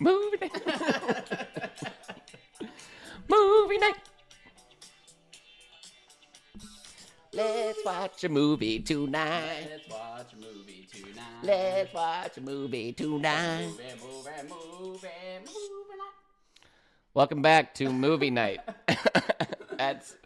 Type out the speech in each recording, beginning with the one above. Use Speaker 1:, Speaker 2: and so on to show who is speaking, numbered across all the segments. Speaker 1: Movie night. movie night. Let's watch a movie tonight.
Speaker 2: Let's watch a movie tonight.
Speaker 1: Let's watch a movie tonight.
Speaker 2: Movie, movie, movie, movie night.
Speaker 1: Welcome back to movie night. that's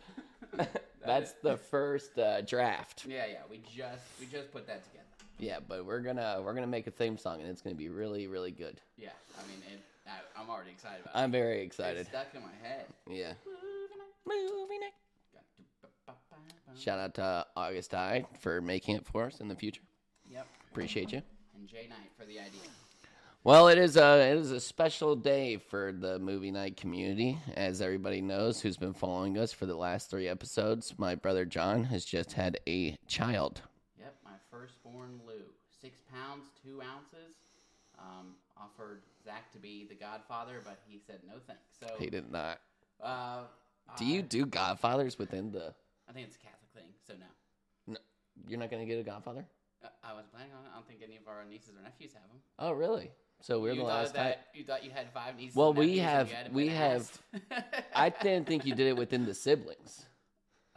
Speaker 1: that's the first uh, draft.
Speaker 2: Yeah, yeah. We just we just put that together.
Speaker 1: Yeah, but we're gonna we're gonna make a theme song and it's gonna be really really good.
Speaker 2: Yeah, I mean, it, I, I'm already excited about it.
Speaker 1: I'm very
Speaker 2: It's
Speaker 1: excited.
Speaker 2: stuck in my head.
Speaker 1: Yeah. Movie night. Shout out to August I for making it for us in the future.
Speaker 2: Yep.
Speaker 1: Appreciate you.
Speaker 2: And Jay Knight for the idea.
Speaker 1: Well, it is a it is a special day for the movie night community, as everybody knows who's been following us for the last three episodes. My brother John has just had a child.
Speaker 2: Yep, my firstborn Lou, six pounds two ounces. Um, offered Zach to be the godfather, but he said no thanks. So,
Speaker 1: He did not.
Speaker 2: uh,
Speaker 1: Do you
Speaker 2: I-
Speaker 1: do Godfathers within the?
Speaker 2: I think it's a Catholic thing, so no.
Speaker 1: No, you're not gonna get a Godfather.
Speaker 2: Uh, I was planning on it. I don't think any of our nieces or nephews have them.
Speaker 1: Oh, really? So we're
Speaker 2: you
Speaker 1: the
Speaker 2: thought
Speaker 1: last time.
Speaker 2: that you thought you had five nieces.
Speaker 1: Well,
Speaker 2: and
Speaker 1: we
Speaker 2: nephews and
Speaker 1: have-
Speaker 2: you hadn't
Speaker 1: we
Speaker 2: been
Speaker 1: have-
Speaker 2: asked.
Speaker 1: I didn't think you did it within the siblings.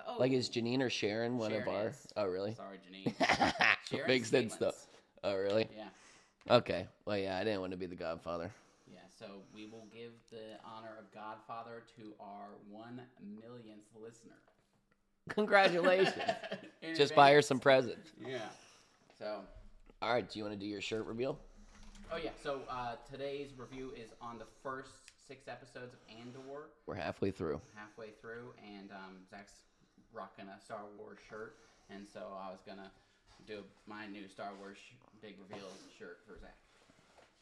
Speaker 2: oh,
Speaker 1: Like, is Janine or Sharon one of
Speaker 2: Sharon
Speaker 1: our?
Speaker 2: is.
Speaker 1: Oh, really?
Speaker 2: sorry, Janine. Sharon's
Speaker 1: Makes sense though.
Speaker 2: Caitlin's.
Speaker 1: Oh, really?
Speaker 2: Yeah,
Speaker 1: Okay. Well, yeah, I didn't want to be the Godfather.
Speaker 2: yeah. So we will give the honor of godfather to our one millionth listener.
Speaker 1: Congratulations.
Speaker 2: In
Speaker 1: Just buy her
Speaker 2: advance.
Speaker 1: some presents.
Speaker 2: Yeah. So,
Speaker 1: All right. Do you want to do your shirt reveal?
Speaker 2: oh yeah. So uh, today's review is on the first six episodes of Andor,
Speaker 1: We're halfway through.
Speaker 2: halfway through, and um, Zach's rocking a Star Wars shirt, and so I was gonna do my new Star Wars sh- big reveal shirt for Zach.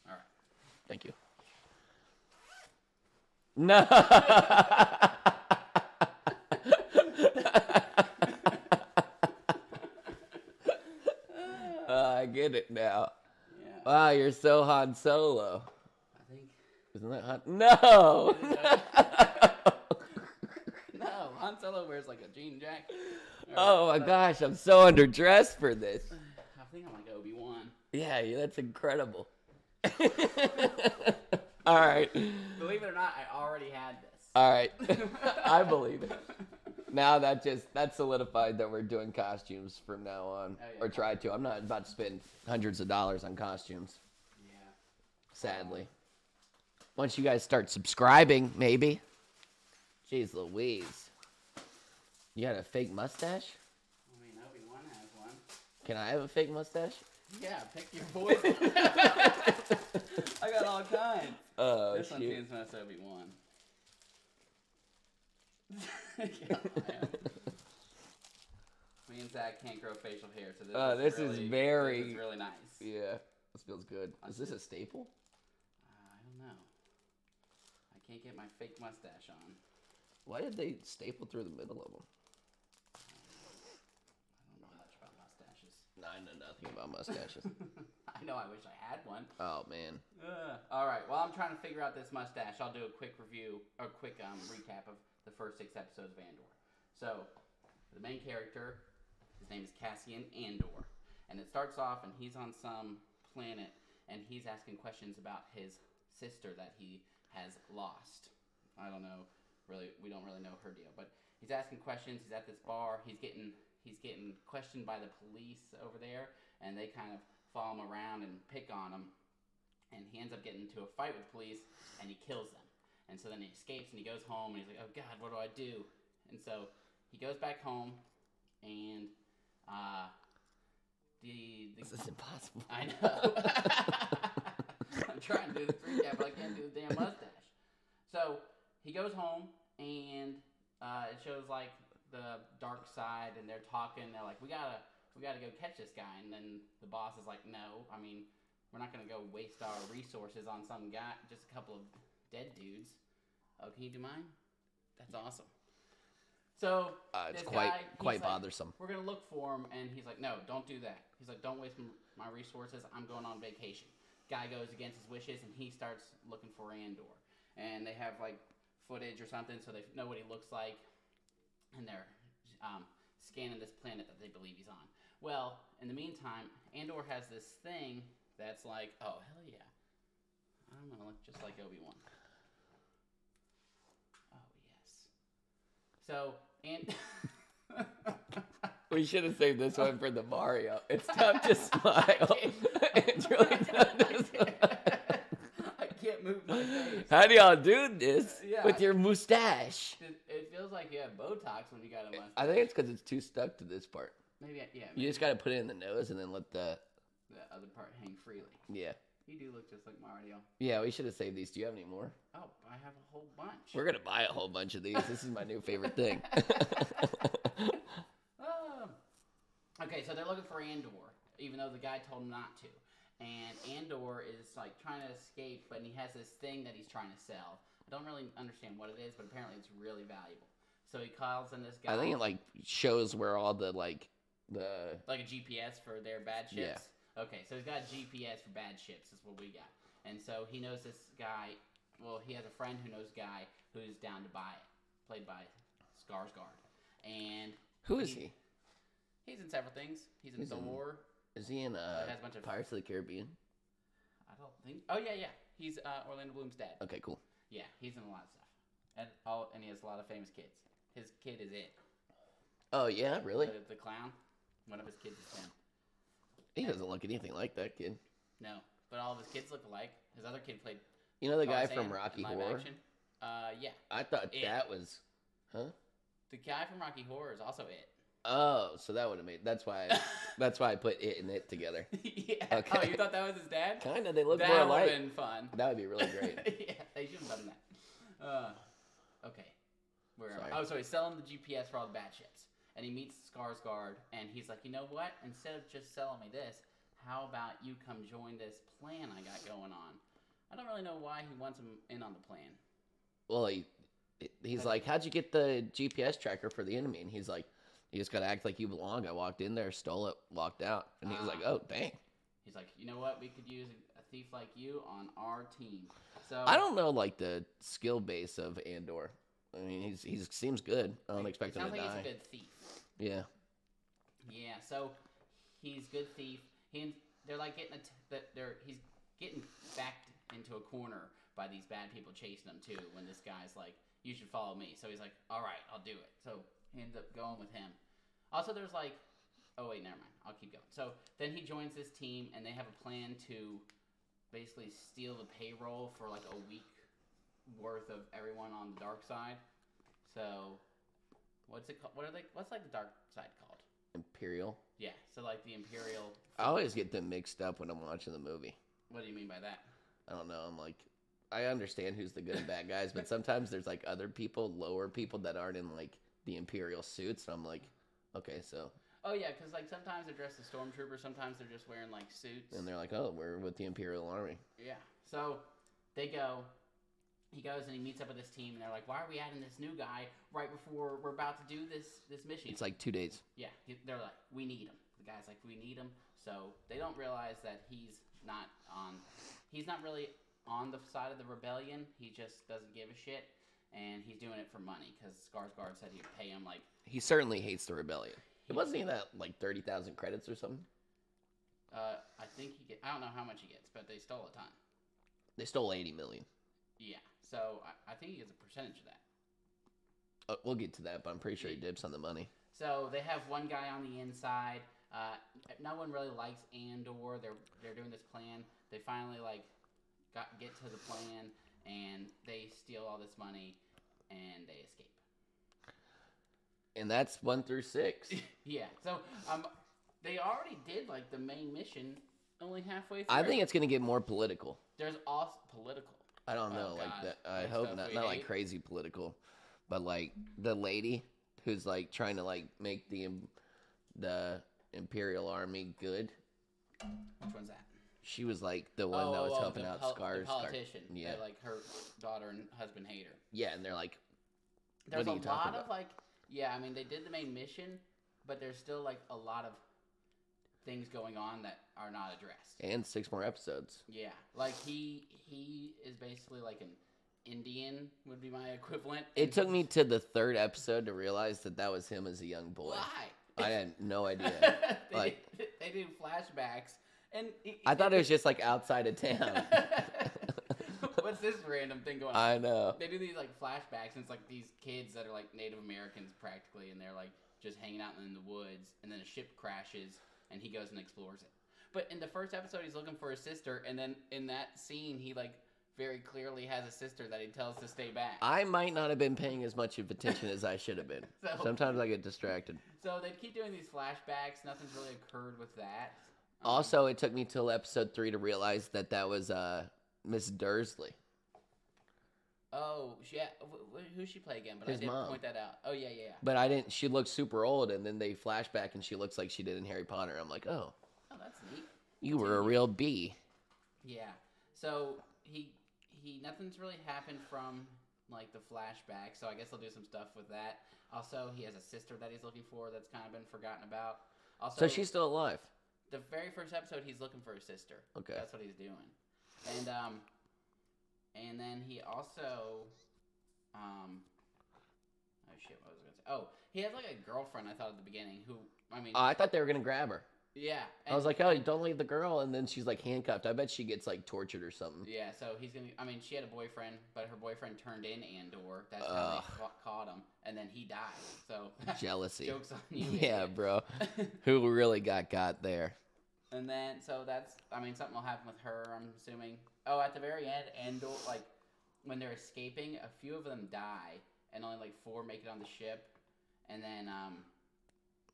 Speaker 2: All right.
Speaker 1: Thank you. No. Ah, Oh, I get it now.
Speaker 2: Yeah.
Speaker 1: Wow, you're so Han Solo.
Speaker 2: I think.
Speaker 1: Isn't that Han? No.
Speaker 2: No, Han Solo wears like a jean jacket. Or-
Speaker 1: oh my gosh, I'm so underdressed for this.
Speaker 2: I think I'm like Obi Wan.
Speaker 1: Yeah, yeah, that's incredible. All right.
Speaker 2: Believe it or not, I already had this.
Speaker 1: All right. I believe it. Now that just that solidified that we're doing costumes from now on
Speaker 2: Oh, yeah.
Speaker 1: or try to. I'm not about to spend hundreds of dollars on costumes,
Speaker 2: yeah.
Speaker 1: sadly. Once you guys start subscribing, maybe. Jeez Louise. You got a fake mustache?
Speaker 2: I mean, Obi Wan has one.
Speaker 1: Can I have a fake mustache?
Speaker 2: Yeah, pick your poison. I got all kinds.
Speaker 1: Oh,
Speaker 2: This one
Speaker 1: shoot.
Speaker 2: seems most Obi Wan. yeah, I am. Me and Zach can't grow facial hair, so this,
Speaker 1: Oh,
Speaker 2: is,
Speaker 1: this is
Speaker 2: really-
Speaker 1: very-
Speaker 2: this is really nice.
Speaker 1: Yeah, this feels good. Is this a staple?
Speaker 2: Uh, I don't know. I can't get my fake mustache on.
Speaker 1: Why did they staple through the middle of them?
Speaker 2: I don't know much about mustaches.
Speaker 1: No, I know nothing about mustaches.
Speaker 2: I know I wish I had one.
Speaker 1: oh man.
Speaker 2: Ugh. All right. While I'm trying to figure out this mustache, I'll do a quick review or quick um, recap of the first six episodes of Andor. So, the main character, his name is Cassian Andor, and it starts off and he's on some planet and he's asking questions about his sister that he has lost. I don't know. Really, we don't really know her deal, but he's asking questions. He's at this bar. He's getting he's getting questioned by the police over there, and they kind of follow him around and pick on him and he ends up getting into a fight with the police and he kills them. And so then he escapes and he goes home and he's like, oh God, what do I do? And so he goes back home and uh, the,
Speaker 1: This
Speaker 2: the
Speaker 1: is impossible.
Speaker 2: I know. I'm trying to do the three cap, but I can't do the damn mustache. So he goes home, and uh, it shows like the dark side, and they're talking. They're like, "We gotta, we gotta go catch this guy." And then the boss is like, "No, I mean, we're not gonna go waste our resources on some guy, just a couple of dead dudes." Oh, can you do mine? That's awesome. So
Speaker 1: Uh, it's
Speaker 2: this
Speaker 1: quite
Speaker 2: guy, he's
Speaker 1: quite
Speaker 2: like,
Speaker 1: bothersome.
Speaker 2: we're gonna look for him and he's like no don't do that he's like don't waste m- my resources i'm going on vacation guy goes against his wishes and he starts looking for andor and they have like footage or something so they know what he looks like and they're um, scanning this planet that they believe he's on well in the meantime andor has this thing that's like oh hell yeah I'm gonna look just like Obi Wan. Oh yes. So and
Speaker 1: We should have saved this one for the Mario. It's tough to smile. it's really tough to smile.
Speaker 2: I can't move my face.
Speaker 1: How do y'all do this
Speaker 2: Yeah.
Speaker 1: with your mustache?
Speaker 2: It- It feels like you have Botox when you got a mustache.
Speaker 1: I think it's because it's too stuck to this part.
Speaker 2: maybe I, yeah,
Speaker 1: You
Speaker 2: maybe
Speaker 1: just got to put it in the nose and then let the
Speaker 2: the other part hang freely.
Speaker 1: yeah
Speaker 2: You do look just like Mario.
Speaker 1: yeah. We should have saved these. Do you have any more?
Speaker 2: Oh, I have a whole bunch.
Speaker 1: We're gonna buy a whole bunch of these. This is my new favorite thing.
Speaker 2: Um, okay, so they're looking for Andor, even though the guy told him not to. And Andor is like trying to escape, but he has this thing that he's trying to sell. I don't really understand what it is, but apparently it's really valuable. So he calls in this guy,
Speaker 1: I think it like shows where all the like the
Speaker 2: like a GPS for their bad ships.
Speaker 1: Yeah.
Speaker 2: Okay, so he's got GPS for bad ships. Is what we got. And so he knows this guy. Well, he has a friend who knows a guy who's down to buy it, played by Skarsgård. And
Speaker 1: who is he?
Speaker 2: he's in several things. He's in
Speaker 1: He's in-
Speaker 2: Thor.
Speaker 1: Is he in
Speaker 2: Uh,
Speaker 1: uh,
Speaker 2: it has a bunch of-
Speaker 1: Pirates of the Caribbean?
Speaker 2: I don't think. Oh yeah, yeah. He's uh, Orlando Bloom's dad.
Speaker 1: Okay, cool.
Speaker 2: Yeah, he's in a lot of stuff, and all, and he has a lot of famous kids. His kid is it.
Speaker 1: Oh yeah, really?
Speaker 2: The, the clown. One of his kids is him.
Speaker 1: He doesn't look anything like that kid.
Speaker 2: No, but all of his kids look alike. His other kid played
Speaker 1: You know the guy
Speaker 2: Tarzan
Speaker 1: from
Speaker 2: in
Speaker 1: Rocky
Speaker 2: live
Speaker 1: Horror?
Speaker 2: action. Uh, yeah,
Speaker 1: I thought
Speaker 2: Yeah.
Speaker 1: that was, huh?
Speaker 2: the guy from Rocky Horror is also it.
Speaker 1: Oh, so that would have made. That's why. that's why I put it and it together.
Speaker 2: yeah. Oh,
Speaker 1: Okay.
Speaker 2: you thought that was his dad?
Speaker 1: Kinda, they look
Speaker 2: that
Speaker 1: more
Speaker 2: would've
Speaker 1: alike.
Speaker 2: been fun.
Speaker 1: That would be really great.
Speaker 2: yeah, they should have done that. Uh, okay. Where am I?
Speaker 1: Sorry.
Speaker 2: Oh, so he's selling the GPS for all the bad ships. And he meets Skarsgård, and he's like, you know what? Instead of just selling me this, how about you come join this plan I got going on? I don't really know why he wants him in on the plan.
Speaker 1: well, he, he's like, "How'd you get the GPS tracker for the enemy?" And he's like, "You just gotta act like you belong." I walked in there, stole it, walked out, and he was like,
Speaker 2: Ah.
Speaker 1: "Oh, dang."
Speaker 2: He's like, you know what? We could use a thief like you on our team. So
Speaker 1: I don't know like the skill base of Andor. I mean, he's he seems good. I don't expect him
Speaker 2: sounds
Speaker 1: to
Speaker 2: like
Speaker 1: die.
Speaker 2: he's a good thief.
Speaker 1: Yeah,
Speaker 2: Yeah, so he's good thief. He and they're like getting a t- that they're he's getting backed into a corner by these bad people chasing him too. When this guy's like, "You should follow me," so he's like, "All right, I'll do it." So he ends up going with him. Also, there's like, oh wait, never mind. I'll keep going. So then he joins this team, and they have a plan to basically steal the payroll for like a week worth of everyone on the dark side. So what's it called? What are they? What's like the dark side called?
Speaker 1: Imperial.
Speaker 2: Yeah, so like the Imperial.
Speaker 1: I always get them mixed up when I'm watching the movie.
Speaker 2: What do you mean by that?
Speaker 1: I don't know. I'm like, I understand who's the good and bad guys, but sometimes there's like other people, lower people that aren't in like the imperial suits. And I'm like, okay, so
Speaker 2: Oh yeah, because like sometimes they're dressed as stormtroopers, sometimes they're just wearing like suits.
Speaker 1: and they're like, oh, we're with the imperial army.
Speaker 2: yeah. So they go. He goes and he meets up with this team, and they're like, "Why are we adding this new guy right before we're about to do this this mission?"
Speaker 1: It's like two days.
Speaker 2: yeah, he- they're like, "We need him." The guy's like, "We need him." So they don't realize that he's not on. He's not really on the side of the rebellion. He just doesn't give a shit, and he's doing it for money because Skarsgård said he'd pay him like
Speaker 1: He certainly hates the rebellion. It wasn't even that like thirty thousand credits or something.
Speaker 2: Uh, I think he get. I don't know how much he gets, but they stole a ton.
Speaker 1: They stole eighty million.
Speaker 2: Yeah, so I, I think he gets a percentage of that.
Speaker 1: Uh, we'll get to that, but I'm pretty sure he dips on the money.
Speaker 2: So they have one guy on the inside. Uh, no one really likes Andor. They're they're doing this plan. They finally like got get to the plan, and they steal all this money, and they escape.
Speaker 1: And that's one through six.
Speaker 2: yeah. So um, they already did like the main mission, only halfway through.
Speaker 1: I think it's gonna get more political.
Speaker 2: there's also political.
Speaker 1: I don't
Speaker 2: Oh,
Speaker 1: know, like
Speaker 2: God.
Speaker 1: that. I
Speaker 2: Like
Speaker 1: hope
Speaker 2: stuff
Speaker 1: not,
Speaker 2: we
Speaker 1: not like
Speaker 2: hate.
Speaker 1: crazy political, but like the lady who's like trying to like make the im- the imperial army good.
Speaker 2: Which one's that?
Speaker 1: She was like the one that was helping
Speaker 2: Oh, the
Speaker 1: out
Speaker 2: pol-
Speaker 1: Scar.
Speaker 2: The politician.
Speaker 1: Yeah.
Speaker 2: Yeah. like her daughter and husband hate her.
Speaker 1: yeah, and they're like,
Speaker 2: there's
Speaker 1: are
Speaker 2: a
Speaker 1: you talking
Speaker 2: lot
Speaker 1: about?
Speaker 2: of like yeah i mean they did the main mission but there's still like a lot of things going on that are not addressed
Speaker 1: and six more episodes.
Speaker 2: yeah like he he is basically like an indian would be my equivalent
Speaker 1: It took me to the third episode to realize that that was him as a young boy.
Speaker 2: why
Speaker 1: I had no idea.
Speaker 2: they,
Speaker 1: like-
Speaker 2: do- they do flashbacks and he-
Speaker 1: I thought it was just like outside of town.
Speaker 2: What's this random thing going on?
Speaker 1: I know.
Speaker 2: they do these like flashbacks, and it's like these kids that are like Native Americans practically, and they're like just hanging out in the woods, and then a ship crashes, and he goes and explores it. But in the first episode, he's looking for his sister, and then in that scene, he like very clearly has a sister that he tells to stay back.
Speaker 1: I might not have been paying as much of attention as I should have been.
Speaker 2: So-
Speaker 1: Sometimes I get distracted.
Speaker 2: so they keep doing these flashbacks. Nothing's really occurred with that. Um,
Speaker 1: Also, it took me till episode three to realize that that was uh, Miss Dursley.
Speaker 2: oh yeah, wh- wh- who she play again? But I
Speaker 1: His
Speaker 2: did
Speaker 1: mom.
Speaker 2: point that out. Oh yeah, yeah. yeah.
Speaker 1: But I didn't. She looked super old, and then they flash back, and she looks like she did in Harry Potter. I'm like, oh,
Speaker 2: Oh, that's neat.
Speaker 1: you were a real bee.
Speaker 2: Yeah. So he he nothing's really happened from like the flashback, so I guess they'll do some stuff with that. Also, he has a sister that he's looking for that's kind of been forgotten about. Also,
Speaker 1: So she's still alive.
Speaker 2: the very first episode he's looking for his sister.
Speaker 1: Okay.
Speaker 2: That's what he's doing. And um and then he also um oh shit, what was I gonna say? Oh, he has like a girlfriend I thought at the beginning who I mean
Speaker 1: Uh, I thought they were gonna grab her.
Speaker 2: yeah.
Speaker 1: I was
Speaker 2: and-
Speaker 1: like, oh, don't leave the girl. And then she's like handcuffed. I bet she gets like tortured or something.
Speaker 2: Yeah, so he's gonna. I mean, she had a boyfriend, but her boyfriend turned in Andor. That's how
Speaker 1: Ugh.
Speaker 2: they ca- caught him, and then he died. So
Speaker 1: Jealousy.
Speaker 2: jokes on you.
Speaker 1: yeah,
Speaker 2: idiot.
Speaker 1: bro. Who really got got there?
Speaker 2: and then so that's. I mean, something will happen with her. I'm assuming. Oh, at the very end, Andor like when they're escaping, a few of them die, and only like four make it on the ship, and then um,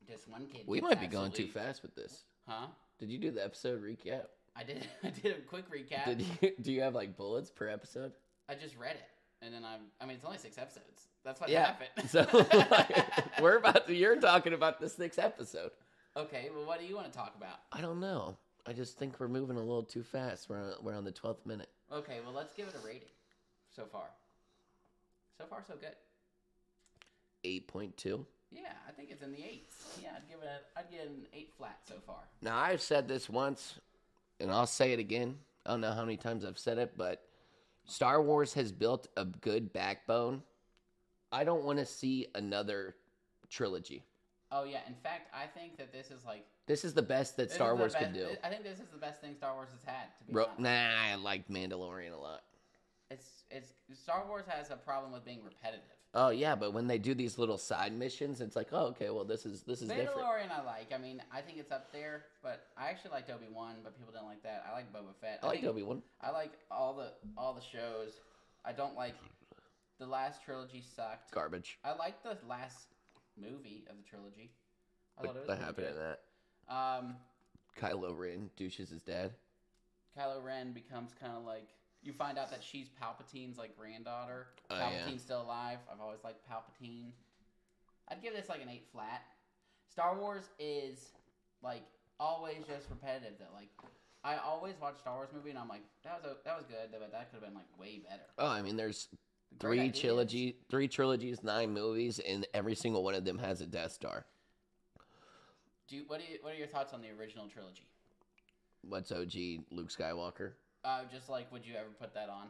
Speaker 2: this one kid.
Speaker 1: We
Speaker 2: gets
Speaker 1: might be going too
Speaker 2: absolutely-
Speaker 1: fast with this.
Speaker 2: Huh?
Speaker 1: Did you do the episode recap?
Speaker 2: I did. I did a quick recap.
Speaker 1: Did you? Do you have like bullets per episode?
Speaker 2: I just read it, and then I'm. I mean, it's only six episodes. That's what
Speaker 1: Yeah.
Speaker 2: happened.
Speaker 1: So like, we're about to. You're talking about this next episode.
Speaker 2: Okay, well, what do you want to talk about?
Speaker 1: I don't know. I just think we're moving a little too fast. We're on, we're on the twelfth minute.
Speaker 2: Okay, well, let's give it a rating so far. So far, so good.
Speaker 1: Eight point two.
Speaker 2: Yeah, I think it's in the eights. Yeah, I'd give it. A, I'd give it an eight flat so far.
Speaker 1: Now I've said this once, and I'll say it again. I don't know how many times I've said it, but Star Wars has built a good backbone. I don't want to see another trilogy.
Speaker 2: Oh yeah, in fact, I think that this is like
Speaker 1: This is the best that
Speaker 2: this
Speaker 1: Star
Speaker 2: is the
Speaker 1: Wars
Speaker 2: best,
Speaker 1: could do.
Speaker 2: I think this is the best thing Star Wars has had. To be
Speaker 1: Ro-
Speaker 2: honest,
Speaker 1: nah, I liked Mandalorian a lot.
Speaker 2: it's it's Star Wars has a problem with being repetitive.
Speaker 1: Oh yeah, but when they do these little side missions, it's like, oh okay, well this is this is different.
Speaker 2: Mandalorian, I like. I mean, I think it's up there, but I actually liked Obi Wan, but people didn't like that. I like Boba Fett.
Speaker 1: I like
Speaker 2: think-
Speaker 1: Obi Wan.
Speaker 2: I like all the all the shows. I don't like the last trilogy sucked.
Speaker 1: Garbage.
Speaker 2: I liked the last movie of the trilogy.
Speaker 1: What,
Speaker 2: I thought it
Speaker 1: what
Speaker 2: was pretty
Speaker 1: happened in
Speaker 2: good.
Speaker 1: that?
Speaker 2: Um,
Speaker 1: Kylo Ren douches his dad.
Speaker 2: Kylo Ren becomes kind of like you find out that she's Palpatine's like granddaughter.
Speaker 1: Oh, yeah.
Speaker 2: Palpatine's still alive. I've always liked Palpatine. I'd give this like an eight flat. Star Wars is like always just repetitive though. Like I always watch Star Wars movie and I'm like that was o that was good, but that could have been like way better.
Speaker 1: Oh, I mean, there's
Speaker 2: Great
Speaker 1: three
Speaker 2: ideas.
Speaker 1: trilogy, three trilogies, nine movies, and every single one of them has a Death Star.
Speaker 2: Do you, what do you, what are your thoughts on the original trilogy?
Speaker 1: What's OG Luke Skywalker?
Speaker 2: Uh, just like, would you ever put that on?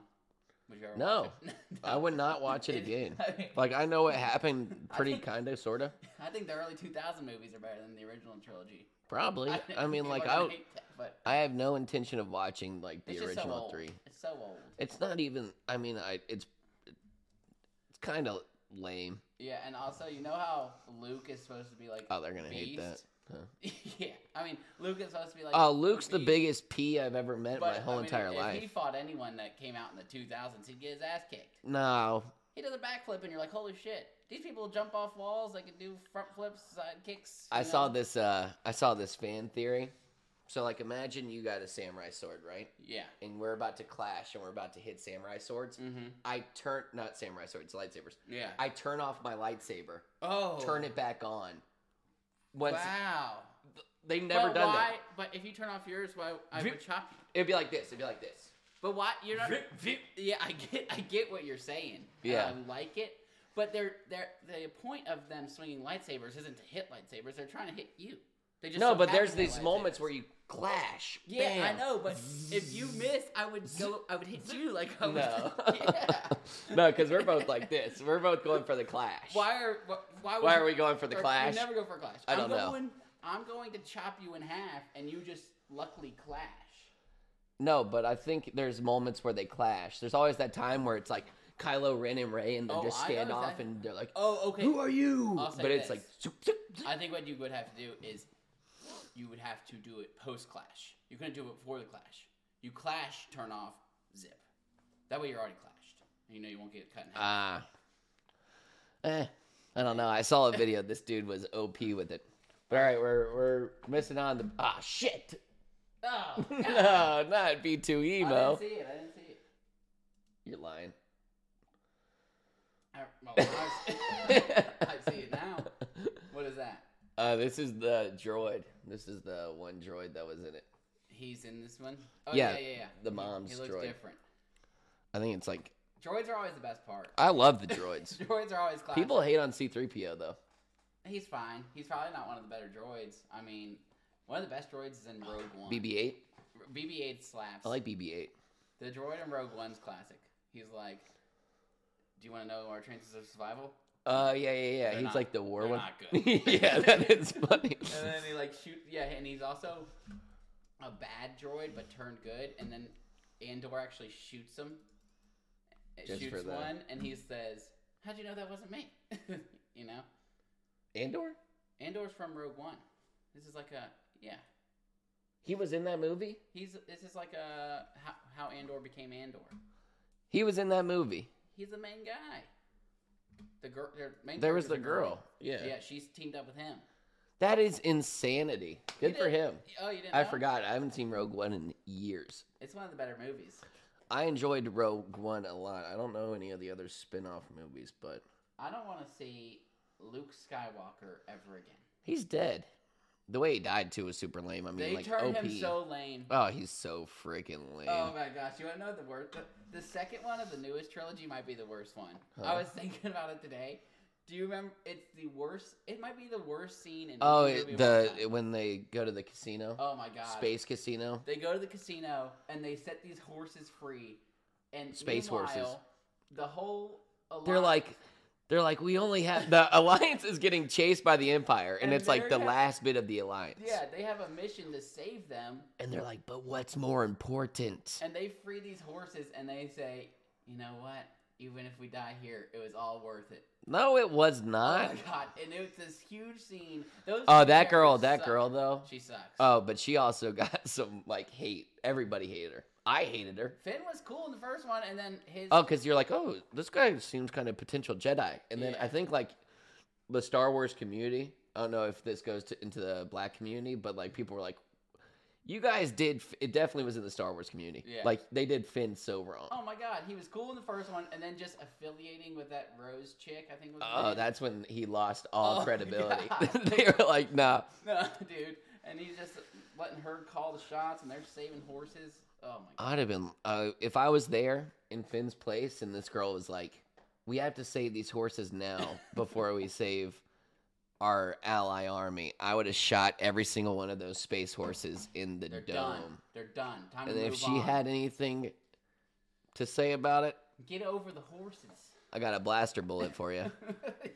Speaker 2: Would you ever?
Speaker 1: No.
Speaker 2: watch it?
Speaker 1: I would not watch it again.
Speaker 2: I, mean,
Speaker 1: Like I know what happened,
Speaker 2: I
Speaker 1: pretty
Speaker 2: think-
Speaker 1: kind of, sorta,
Speaker 2: I think the early 2000 movies are better than the original trilogy.
Speaker 1: probably. I mean,
Speaker 2: people
Speaker 1: like
Speaker 2: are gonna
Speaker 1: I,
Speaker 2: hate that, but
Speaker 1: I have no intention of watching like the
Speaker 2: it's just so
Speaker 1: original
Speaker 2: old.
Speaker 1: three.
Speaker 2: It's so old.
Speaker 1: It's not even. I mean, I it's it's kind of lame.
Speaker 2: Yeah, and also you know how Luke is supposed to be like.
Speaker 1: Oh, they're gonna hate that.
Speaker 2: Beast?
Speaker 1: Huh.
Speaker 2: yeah, I mean Luke is supposed to be like.
Speaker 1: Oh, Luke's the
Speaker 2: beast,
Speaker 1: biggest P I've ever met
Speaker 2: but,
Speaker 1: my whole
Speaker 2: I mean,
Speaker 1: entire
Speaker 2: if
Speaker 1: life.
Speaker 2: he fought anyone that came out in the 2000s, he'd get his ass kicked.
Speaker 1: No,
Speaker 2: He does a backflip, and you're like, holy shit! These people jump off walls. They can do front flips, side kicks.
Speaker 1: I
Speaker 2: you
Speaker 1: saw
Speaker 2: know?
Speaker 1: this. Uh, I saw this fan theory. So, like, imagine you got a samurai sword, right?
Speaker 2: Yeah.
Speaker 1: And we're about to clash, and we're about to hit samurai swords.
Speaker 2: Mm-hmm.
Speaker 1: I turn not samurai swords, lightsabers.
Speaker 2: Yeah.
Speaker 1: I turn off my lightsaber,
Speaker 2: Oh.
Speaker 1: turn it back on. Once
Speaker 2: Wow.
Speaker 1: they've never
Speaker 2: but
Speaker 1: done
Speaker 2: why,
Speaker 1: that.
Speaker 2: But if you turn off yours, why I
Speaker 1: Vip.
Speaker 2: would chop you.
Speaker 1: It'd be like this. It'd be like this.
Speaker 2: But why you're not?
Speaker 1: Vip, vip.
Speaker 2: Yeah, I get I get what you're saying. and
Speaker 1: Yeah.
Speaker 2: I like it. But they're they're the point of them swinging lightsabers isn't to hit lightsabers. They're trying to hit you. They just
Speaker 1: No,
Speaker 2: so
Speaker 1: but
Speaker 2: happen
Speaker 1: there's
Speaker 2: to hit
Speaker 1: these moments
Speaker 2: lightsabers.
Speaker 1: where you clash.
Speaker 2: Yeah,
Speaker 1: bam.
Speaker 2: I know. But if you miss, I would go. I would hit you like I would.
Speaker 1: No,
Speaker 2: Oh, yeah.
Speaker 1: no, because we're both like this. We're both going for the clash.
Speaker 2: Why are wh- why would
Speaker 1: Why
Speaker 2: you-
Speaker 1: are we going for the
Speaker 2: or-
Speaker 1: clash?
Speaker 2: You never go for clash.
Speaker 1: I
Speaker 2: I'm
Speaker 1: don't know.
Speaker 2: going, I'm going to chop you in half, and you just luckily clash.
Speaker 1: No, but I think there's moments where they clash. There's always that time where it's like Kylo Ren and Ray, and they're
Speaker 2: Oh,
Speaker 1: just
Speaker 2: I noticed
Speaker 1: stand off,
Speaker 2: that.
Speaker 1: and they're like,
Speaker 2: Oh, okay.
Speaker 1: "Who are you?"
Speaker 2: I'll say
Speaker 1: But it's
Speaker 2: this.
Speaker 1: like, zoop, zoop, zoop.
Speaker 2: I think what you would have to do is you would have to do it post clash. You couldn't do it before the clash. You clash, turn off, zip. That way you're already clashed. You know you won't get cut in half.
Speaker 1: ah, eh, I don't know. I saw a video. This dude was op with it. But all right, we're we're missing on the ah shit.
Speaker 2: Oh,
Speaker 1: no, not be too
Speaker 2: I
Speaker 1: emo.
Speaker 2: didn't see it. I didn't see it.
Speaker 1: You're lying.
Speaker 2: I, well, I, I see it now. What is that?
Speaker 1: Uh, this is the droid. This is the one droid that was in it.
Speaker 2: He's in this one. Oh,
Speaker 1: Yeah,
Speaker 2: yeah, yeah, yeah.
Speaker 1: the
Speaker 2: He-
Speaker 1: mom's
Speaker 2: He looks
Speaker 1: droid.
Speaker 2: different.
Speaker 1: I think it's like
Speaker 2: Droids are always the best part.
Speaker 1: I love the droids.
Speaker 2: Droids are always classic.
Speaker 1: People hate on C3PO though.
Speaker 2: He's fine. He's probably not one of the better droids. I mean, one of the best droids is in Rogue One.
Speaker 1: BB-8.
Speaker 2: BB-8 slaps.
Speaker 1: I like BB-8.
Speaker 2: The droid in Rogue One's classic. He's like, "Do you want to know our chances of survival?"
Speaker 1: Uh, yeah, yeah, yeah.
Speaker 2: They're
Speaker 1: he's
Speaker 2: not-
Speaker 1: like the war
Speaker 2: they're
Speaker 1: one.
Speaker 2: not good.
Speaker 1: yeah, that is funny.
Speaker 2: And then he like shoot. Yeah, and he's also a bad droid, but turned good. And then Andor actually shoots him. It
Speaker 1: Just
Speaker 2: shoots
Speaker 1: for the-
Speaker 2: one, and he says, "How'd you know that wasn't me?" you know,
Speaker 1: Andor?
Speaker 2: Andor's from Rogue One. This is like a yeah.
Speaker 1: He was in that movie.
Speaker 2: He's this is like a how, how Andor became Andor.
Speaker 1: He was in that movie.
Speaker 2: He's the main guy. The girl. Main
Speaker 1: There
Speaker 2: character's
Speaker 1: was the
Speaker 2: a
Speaker 1: girl. Yeah.
Speaker 2: Yeah, she's teamed up with him.
Speaker 1: That is insanity. Good
Speaker 2: You
Speaker 1: for him.
Speaker 2: didn't- Oh, you didn't.
Speaker 1: I
Speaker 2: know?
Speaker 1: forgot. I haven't seen Rogue One in years.
Speaker 2: It's one of the better movies.
Speaker 1: I enjoyed Rogue One a lot. I don't know any of the other spin-off movies, but
Speaker 2: I don't want to see Luke Skywalker ever again.
Speaker 1: he's dead. The way he died too was super lame. I mean,
Speaker 2: They
Speaker 1: like
Speaker 2: turned
Speaker 1: OP.
Speaker 2: him so lame.
Speaker 1: oh, he's so freaking lame.
Speaker 2: Oh my gosh! You want to know the worst? The, the second one of the newest trilogy might be the worst one.
Speaker 1: Huh?
Speaker 2: I was thinking about it today. Do you remember? It's the worst. It might be the worst scene in.
Speaker 1: Oh,
Speaker 2: any movie
Speaker 1: it,
Speaker 2: of
Speaker 1: the
Speaker 2: all time.
Speaker 1: it- when they go to the casino,
Speaker 2: oh my god!
Speaker 1: space casino.
Speaker 2: They go to the casino and they set these horses free, and
Speaker 1: Space horses.
Speaker 2: meanwhile, The whole.
Speaker 1: They're
Speaker 2: alliance-
Speaker 1: like, they're like, we only have the alliance is getting chased by the empire, and,
Speaker 2: And
Speaker 1: it's like
Speaker 2: they're
Speaker 1: the
Speaker 2: gonna-
Speaker 1: last bit of the alliance.
Speaker 2: Yeah, they have a mission to save them,
Speaker 1: And they're like, but what's more important?
Speaker 2: and they free these horses, and they say, "You know what? Even if we die here, it was all worth it."
Speaker 1: No, it was
Speaker 2: Oh
Speaker 1: not.
Speaker 2: my god! And it was this huge scene. Those
Speaker 1: Oh,
Speaker 2: two
Speaker 1: that girl,
Speaker 2: characters
Speaker 1: that
Speaker 2: suck.
Speaker 1: girl though.
Speaker 2: she sucks.
Speaker 1: Oh, but she also got some like hate. Everybody hated her. I hated her.
Speaker 2: Finn was cool in the first one, and then his
Speaker 1: Oh, because you're like, oh, this guy seems kind of potential Jedi. And then
Speaker 2: Yeah.
Speaker 1: I think like the Star Wars community. I don't know if this goes to, into the black community, but like people were like, you guys did. F- It definitely was in the Star Wars community.
Speaker 2: Yeah.
Speaker 1: Like they did Finn so wrong.
Speaker 2: oh my god, he was cool in the first one, and then just affiliating with that Rose chick. I think was her
Speaker 1: Oh,
Speaker 2: name.
Speaker 1: that's when he lost all
Speaker 2: Oh,
Speaker 1: credibility.
Speaker 2: yeah.
Speaker 1: they were like, nah.
Speaker 2: no dude, and he's just letting her call the shots, and they're saving horses. Oh my god.
Speaker 1: I'd have been uh, if I was there in Finn's place, and this girl was like, "We have to save these horses now before we save our ally army." I would have shot every single one of those space horses in the
Speaker 2: They're
Speaker 1: dome.
Speaker 2: done. They're done. Time
Speaker 1: And
Speaker 2: to move
Speaker 1: if she
Speaker 2: on.
Speaker 1: had anything to say about it,
Speaker 2: get over the horses.
Speaker 1: I got a blaster bullet for you.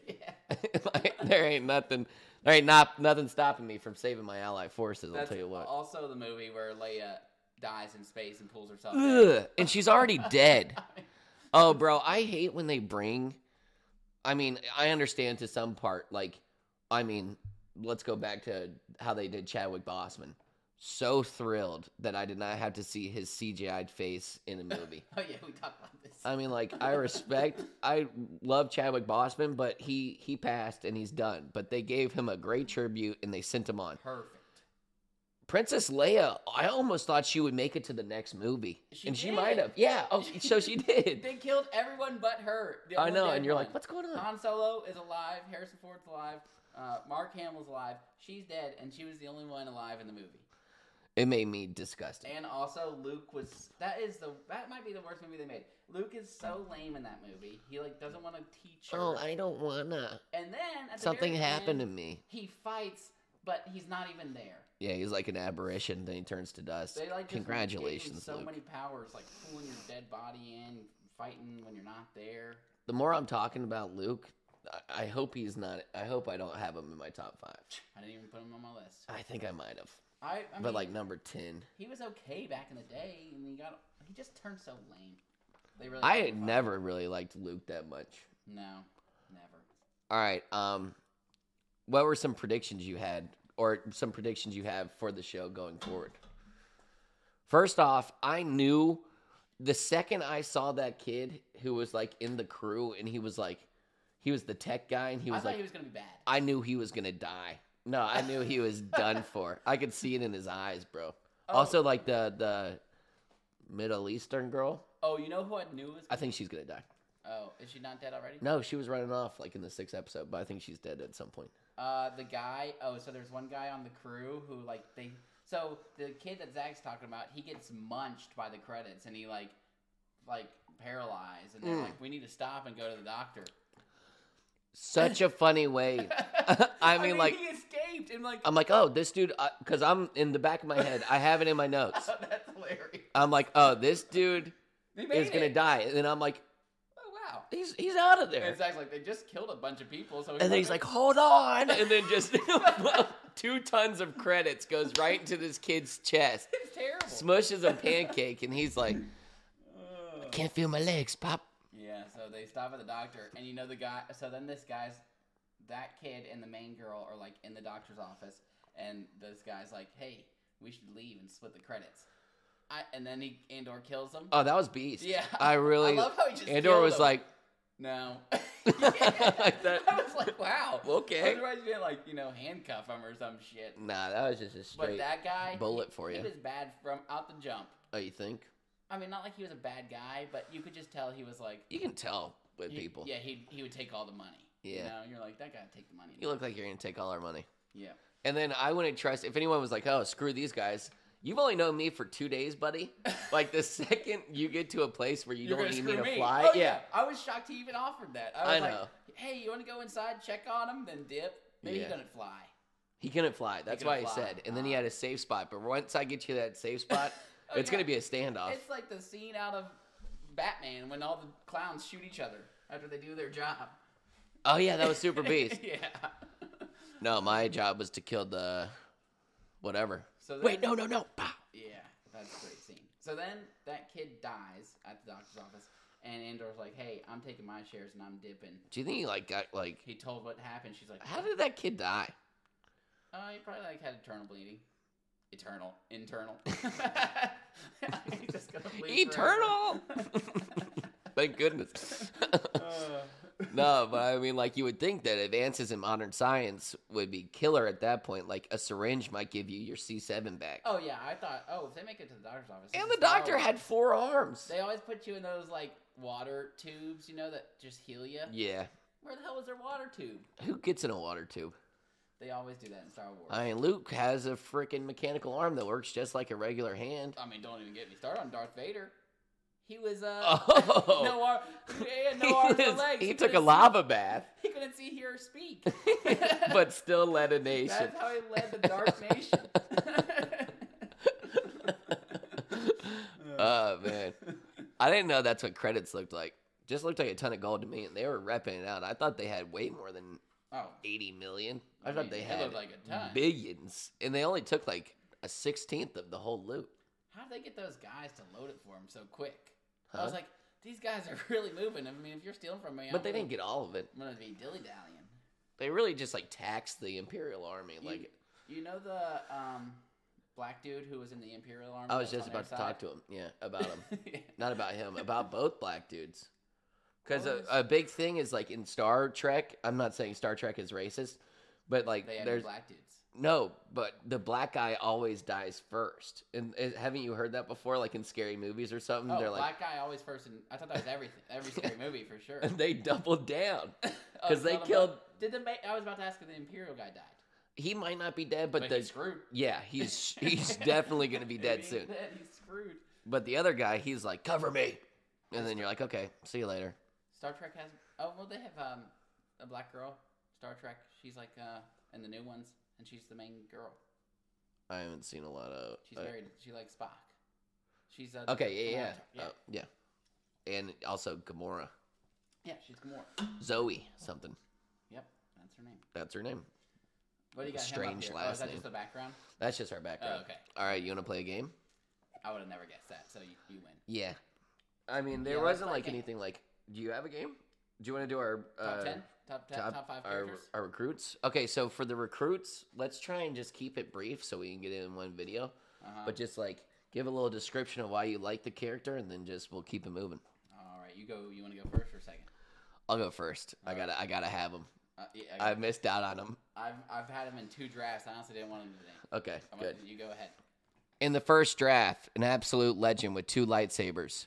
Speaker 2: yeah,
Speaker 1: Like, there ain't nothing. There ain't not nothing stopping me from saving my ally forces. I'll
Speaker 2: that's
Speaker 1: tell you what.
Speaker 2: also the movie where Leia dies in space and pulls herself. in.
Speaker 1: Ugh, and she's already dead. Oh, bro, I hate when they bring. I mean, I understand to some part. Like, I mean, let's go back to how they did Chadwick Bossman. So thrilled that I did not have to see his CGI face in a movie.
Speaker 2: Oh yeah, we talked about this.
Speaker 1: I mean, like, I respect, I love Chadwick Bossman, but he he passed and he's done. But they gave him a great tribute and they sent him on.
Speaker 2: Perfect.
Speaker 1: Princess Leia, I almost thought she would make it to the next movie,
Speaker 2: She
Speaker 1: and she
Speaker 2: did.
Speaker 1: might have. Yeah, oh, so she did.
Speaker 2: They killed everyone but her. The
Speaker 1: I
Speaker 2: only
Speaker 1: know,
Speaker 2: dead
Speaker 1: and you're
Speaker 2: one.
Speaker 1: like, what's going on?
Speaker 2: Han Solo is alive. Harrison Ford's alive. Uh, Mark Hamill's alive. She's dead, and she was the only one alive in the movie.
Speaker 1: It made me disgusted.
Speaker 2: And also, Luke was. That is the. That might be the worst movie they made. Luke is so lame in that movie. He like doesn't want to teach her.
Speaker 1: Oh, I don't wanna.
Speaker 2: and then at the
Speaker 1: Something
Speaker 2: very
Speaker 1: happened to
Speaker 2: end,
Speaker 1: me.
Speaker 2: He fights, but he's not even there.
Speaker 1: Yeah, he's like an aberration. Then he turns to dust.
Speaker 2: They like just gave him
Speaker 1: Congratulations,
Speaker 2: So
Speaker 1: Luke.
Speaker 2: many powers, like pulling your dead body in, fighting when you're not there.
Speaker 1: The more I'm talking about Luke, I, I hope he's not. I hope I don't have him in my top five.
Speaker 2: I didn't even put him on my list.
Speaker 1: I think I might have.
Speaker 2: I, I mean,
Speaker 1: but like number ten.
Speaker 2: he was okay back in the day, and he got he just turned so lame. They really
Speaker 1: I
Speaker 2: got
Speaker 1: had
Speaker 2: him fucked.
Speaker 1: never really liked Luke that much.
Speaker 2: no never.
Speaker 1: All right. Um, what were some predictions you had, or some predictions you have for the show going forward? First off, I knew the second I saw that kid who was like in the crew, and he was like, he was the tech guy, and he
Speaker 2: I
Speaker 1: was
Speaker 2: thought
Speaker 1: like,
Speaker 2: he was gonna be bad.
Speaker 1: I knew he was gonna die. No, I knew he was done for. I could see it in his eyes, bro.
Speaker 2: Oh.
Speaker 1: Also, like the the Middle Eastern girl,
Speaker 2: Oh, you know who I knew was.
Speaker 1: I think she's gonna die.
Speaker 2: oh, is she not dead already?
Speaker 1: No, she was running off like in the sixth episode, but I think she's dead at some point.
Speaker 2: Uh, the guy. Oh, so there's one guy on the crew who like they. So the kid that Zach's talking about, he gets munched by the credits, and he like, like paralyzed, and they're
Speaker 1: Mm.
Speaker 2: like, "We need to stop and go to the doctor."
Speaker 1: Such a funny way. I mean, like-
Speaker 2: he escaped, and like,
Speaker 1: I'm like, oh, this dude, because I'm in the back of my head, I have it in my notes.
Speaker 2: that's hilarious.
Speaker 1: I'm like, oh, this dude
Speaker 2: They made
Speaker 1: is gonna
Speaker 2: it.
Speaker 1: die, and then I'm like,
Speaker 2: Oh wow!
Speaker 1: he's he's out of there,
Speaker 2: And Zach's like, they just killed a bunch of people, so. we
Speaker 1: and then he's
Speaker 2: wonder-
Speaker 1: like, hold on, and then just two tons of credits goes right into this kid's chest.
Speaker 2: "It's terrible."
Speaker 1: smushes a pancake and he's like,
Speaker 2: Ugh.
Speaker 1: can't feel my legs, pop.
Speaker 2: Yeah, so they stop at the doctor, and you know the guy. So then this guy's, that kid and the main girl are like in the doctor's office, and this guy's like, "Hey, we should leave and split the credits." I, and then he Andor kills him.
Speaker 1: Oh, that was beast.
Speaker 2: Yeah.
Speaker 1: I
Speaker 2: I
Speaker 1: really.
Speaker 2: love how he just
Speaker 1: Andor
Speaker 2: killed
Speaker 1: was
Speaker 2: him.
Speaker 1: like,
Speaker 2: "No."
Speaker 1: Like that.
Speaker 2: I was like, "Wow,
Speaker 1: Okay.
Speaker 2: Otherwise, you didn't like you know handcuff him or some shit.
Speaker 1: nah, that was just a
Speaker 2: But
Speaker 1: straight.
Speaker 2: that guy
Speaker 1: bullet for
Speaker 2: he,
Speaker 1: ya.
Speaker 2: He was bad from out the jump.
Speaker 1: oh, you think?
Speaker 2: I mean, not like he was a bad guy, but you could just tell he was like
Speaker 1: You can tell with
Speaker 2: He-
Speaker 1: people.
Speaker 2: Yeah, he he would take all the money.
Speaker 1: Yeah.
Speaker 2: You know, you're like that guy would take the money.
Speaker 1: You look like you're going to take all our money.
Speaker 2: yeah.
Speaker 1: And then I wouldn't trust, if anyone was like, oh, screw these guys. You've only known me for two days, buddy. Like the second you get to a place where you
Speaker 2: You're
Speaker 1: don't
Speaker 2: gonna
Speaker 1: need me
Speaker 2: screw
Speaker 1: to
Speaker 2: me.
Speaker 1: fly,
Speaker 2: Oh,
Speaker 1: yeah.
Speaker 2: I was shocked he even offered that. I, was
Speaker 1: I
Speaker 2: like,
Speaker 1: know.
Speaker 2: Hey, you want to go inside, check on him, then dip? Maybe
Speaker 1: Yeah.
Speaker 2: he didn't fly.
Speaker 1: he couldn't fly. That's
Speaker 2: couldn't
Speaker 1: why
Speaker 2: fly.
Speaker 1: I said. And then he
Speaker 2: Ah.
Speaker 1: had a safe spot. But once I get you that safe spot,
Speaker 2: Oh,
Speaker 1: it's
Speaker 2: yeah.
Speaker 1: going to be a standoff.
Speaker 2: It's like the scene out of Batman when all the clowns shoot each other after they do their job.
Speaker 1: oh, yeah, that was Super Beast.
Speaker 2: yeah.
Speaker 1: No, my job was to kill the whatever.
Speaker 2: So then-
Speaker 1: Wait, no, no, no. Bah.
Speaker 2: Yeah, that's a great scene. So then that kid dies at the doctor's office, and Andor's like, "Hey, I'm taking my shares and I'm dipping."
Speaker 1: Do you think he like got like
Speaker 2: He told what happened. She's like,
Speaker 1: how did that kid die?
Speaker 2: Uh, he probably like had eternal bleeding. Eternal, internal. He just gonna bleed forever.
Speaker 1: Eternal. Thank goodness.
Speaker 2: Uh,
Speaker 1: no, but I mean like you would think that advances in modern science would be killer at that point. Like a syringe might give you your C seven back.
Speaker 2: oh yeah, I thought. Oh, if they make it to the doctor's office. this
Speaker 1: and the
Speaker 2: is
Speaker 1: doctor
Speaker 2: how-
Speaker 1: had four arms.
Speaker 2: They always put you in those like water tubes, you know, that just heal you.
Speaker 1: Yeah.
Speaker 2: Where the hell is their water tube?
Speaker 1: Who gets in a water tube?
Speaker 2: They always do that in Star Wars. I,
Speaker 1: I mean Luke has a freaking mechanical arm that works just like a regular hand.
Speaker 2: mean, don't even get me started on Darth Vader. He was uh,
Speaker 1: Oh.
Speaker 2: no arm, he had
Speaker 1: He
Speaker 2: no arms or
Speaker 1: was-
Speaker 2: legs.
Speaker 1: he took a
Speaker 2: couldn't see-
Speaker 1: lava bath.
Speaker 2: He couldn't see, hear, or speak.
Speaker 1: but still led a nation.
Speaker 2: That's how he led the Dark Nation.
Speaker 1: oh man, I didn't know that's what credits looked like. Just looked like a ton of gold to me, and they were repping it out. I thought they had way more than
Speaker 2: oh,
Speaker 1: eighty million. I
Speaker 2: I
Speaker 1: thought
Speaker 2: mean,
Speaker 1: they
Speaker 2: it
Speaker 1: had
Speaker 2: looked like a ton.
Speaker 1: billions, and they only took like a sixteenth of the whole loot.
Speaker 2: how did they get those guys to load it for him so quick? I
Speaker 1: Huh?
Speaker 2: was like, these guys are really moving. I mean, if you're stealing from me, I'm
Speaker 1: But they
Speaker 2: gonna-
Speaker 1: didn't get all of it.
Speaker 2: I'm gonna be dilly dallying.
Speaker 1: They really just like taxed the Imperial Army. Like
Speaker 2: You know the um, black dude who was in the Imperial Army?
Speaker 1: I was just about to talk to him. Yeah, about him.
Speaker 2: him.
Speaker 1: not about him about both black dudes because
Speaker 2: Well,
Speaker 1: a,
Speaker 2: it's-
Speaker 1: a big thing is like in star trek i'm not saying star trek is racist but like
Speaker 2: They had no
Speaker 1: there's
Speaker 2: black dudes.
Speaker 1: no but the black guy always dies first and uh, haven't you heard that before like in scary movies or something
Speaker 2: Oh,
Speaker 1: mm, they're like
Speaker 2: black guy always first. In, I thought that was everything. Every scary movie for sure.
Speaker 1: they doubled down
Speaker 2: Oh,
Speaker 1: 'Cause they
Speaker 2: son of a-
Speaker 1: killed-
Speaker 2: Did the ma- I was about to ask if the Imperial guy died,
Speaker 1: he might not be dead but,
Speaker 2: but,
Speaker 1: the
Speaker 2: he's screwed.
Speaker 1: yeah he's he's definitely gonna be
Speaker 2: If
Speaker 1: dead
Speaker 2: he
Speaker 1: soon
Speaker 2: ain't dead, he's screwed.
Speaker 1: but the other guy he's like cover me and then you're like okay see you later
Speaker 2: Star Trek has. Oh well, they have um, a black girl. Star Trek. She's like uh, in the new ones, and she's the main girl.
Speaker 1: i haven't seen a lot of
Speaker 2: She's
Speaker 1: uh,
Speaker 2: married. She likes Spock. She's uh,
Speaker 1: Okay, yeah, yeah,
Speaker 2: Commander.
Speaker 1: yeah. Oh, yeah. And also Gamora,
Speaker 2: yeah. She's Gamora.
Speaker 1: Zoe, something.
Speaker 2: Yep, that's her name.
Speaker 1: That's her name.
Speaker 2: What do you got?
Speaker 1: Strange
Speaker 2: him up here? Oh,
Speaker 1: last
Speaker 2: is that
Speaker 1: name.
Speaker 2: just the background? Oh,
Speaker 1: That's just our background.
Speaker 2: okay.
Speaker 1: All right, you want to play a game?
Speaker 2: I would have never guessed that, so you, you win.
Speaker 1: Yeah. I mean, there
Speaker 2: Yeah, let's
Speaker 1: wasn't
Speaker 2: play a
Speaker 1: like
Speaker 2: game.
Speaker 1: anything like. Do you have a game? Do you want to do our
Speaker 2: Top
Speaker 1: uh,
Speaker 2: ten, top ten, top, five
Speaker 1: our,
Speaker 2: characters.
Speaker 1: our recruits? Okay, so for the recruits, let's try and just keep it brief so we can get it in one video.
Speaker 2: Uh-huh.
Speaker 1: But just like give a little description of why you like the character, and then just we'll keep it moving.
Speaker 2: All right, you go. You want to go first or second?
Speaker 1: I'll go first. I gotta I gotta have him.
Speaker 2: Uh, yeah,
Speaker 1: I
Speaker 2: I,
Speaker 1: missed out on him.
Speaker 2: I've I've had him in two drafts. I honestly didn't want him today.
Speaker 1: Okay,
Speaker 2: I'm
Speaker 1: good.
Speaker 2: Gonna, you go ahead.
Speaker 1: In the first draft, an absolute legend with two lightsabers,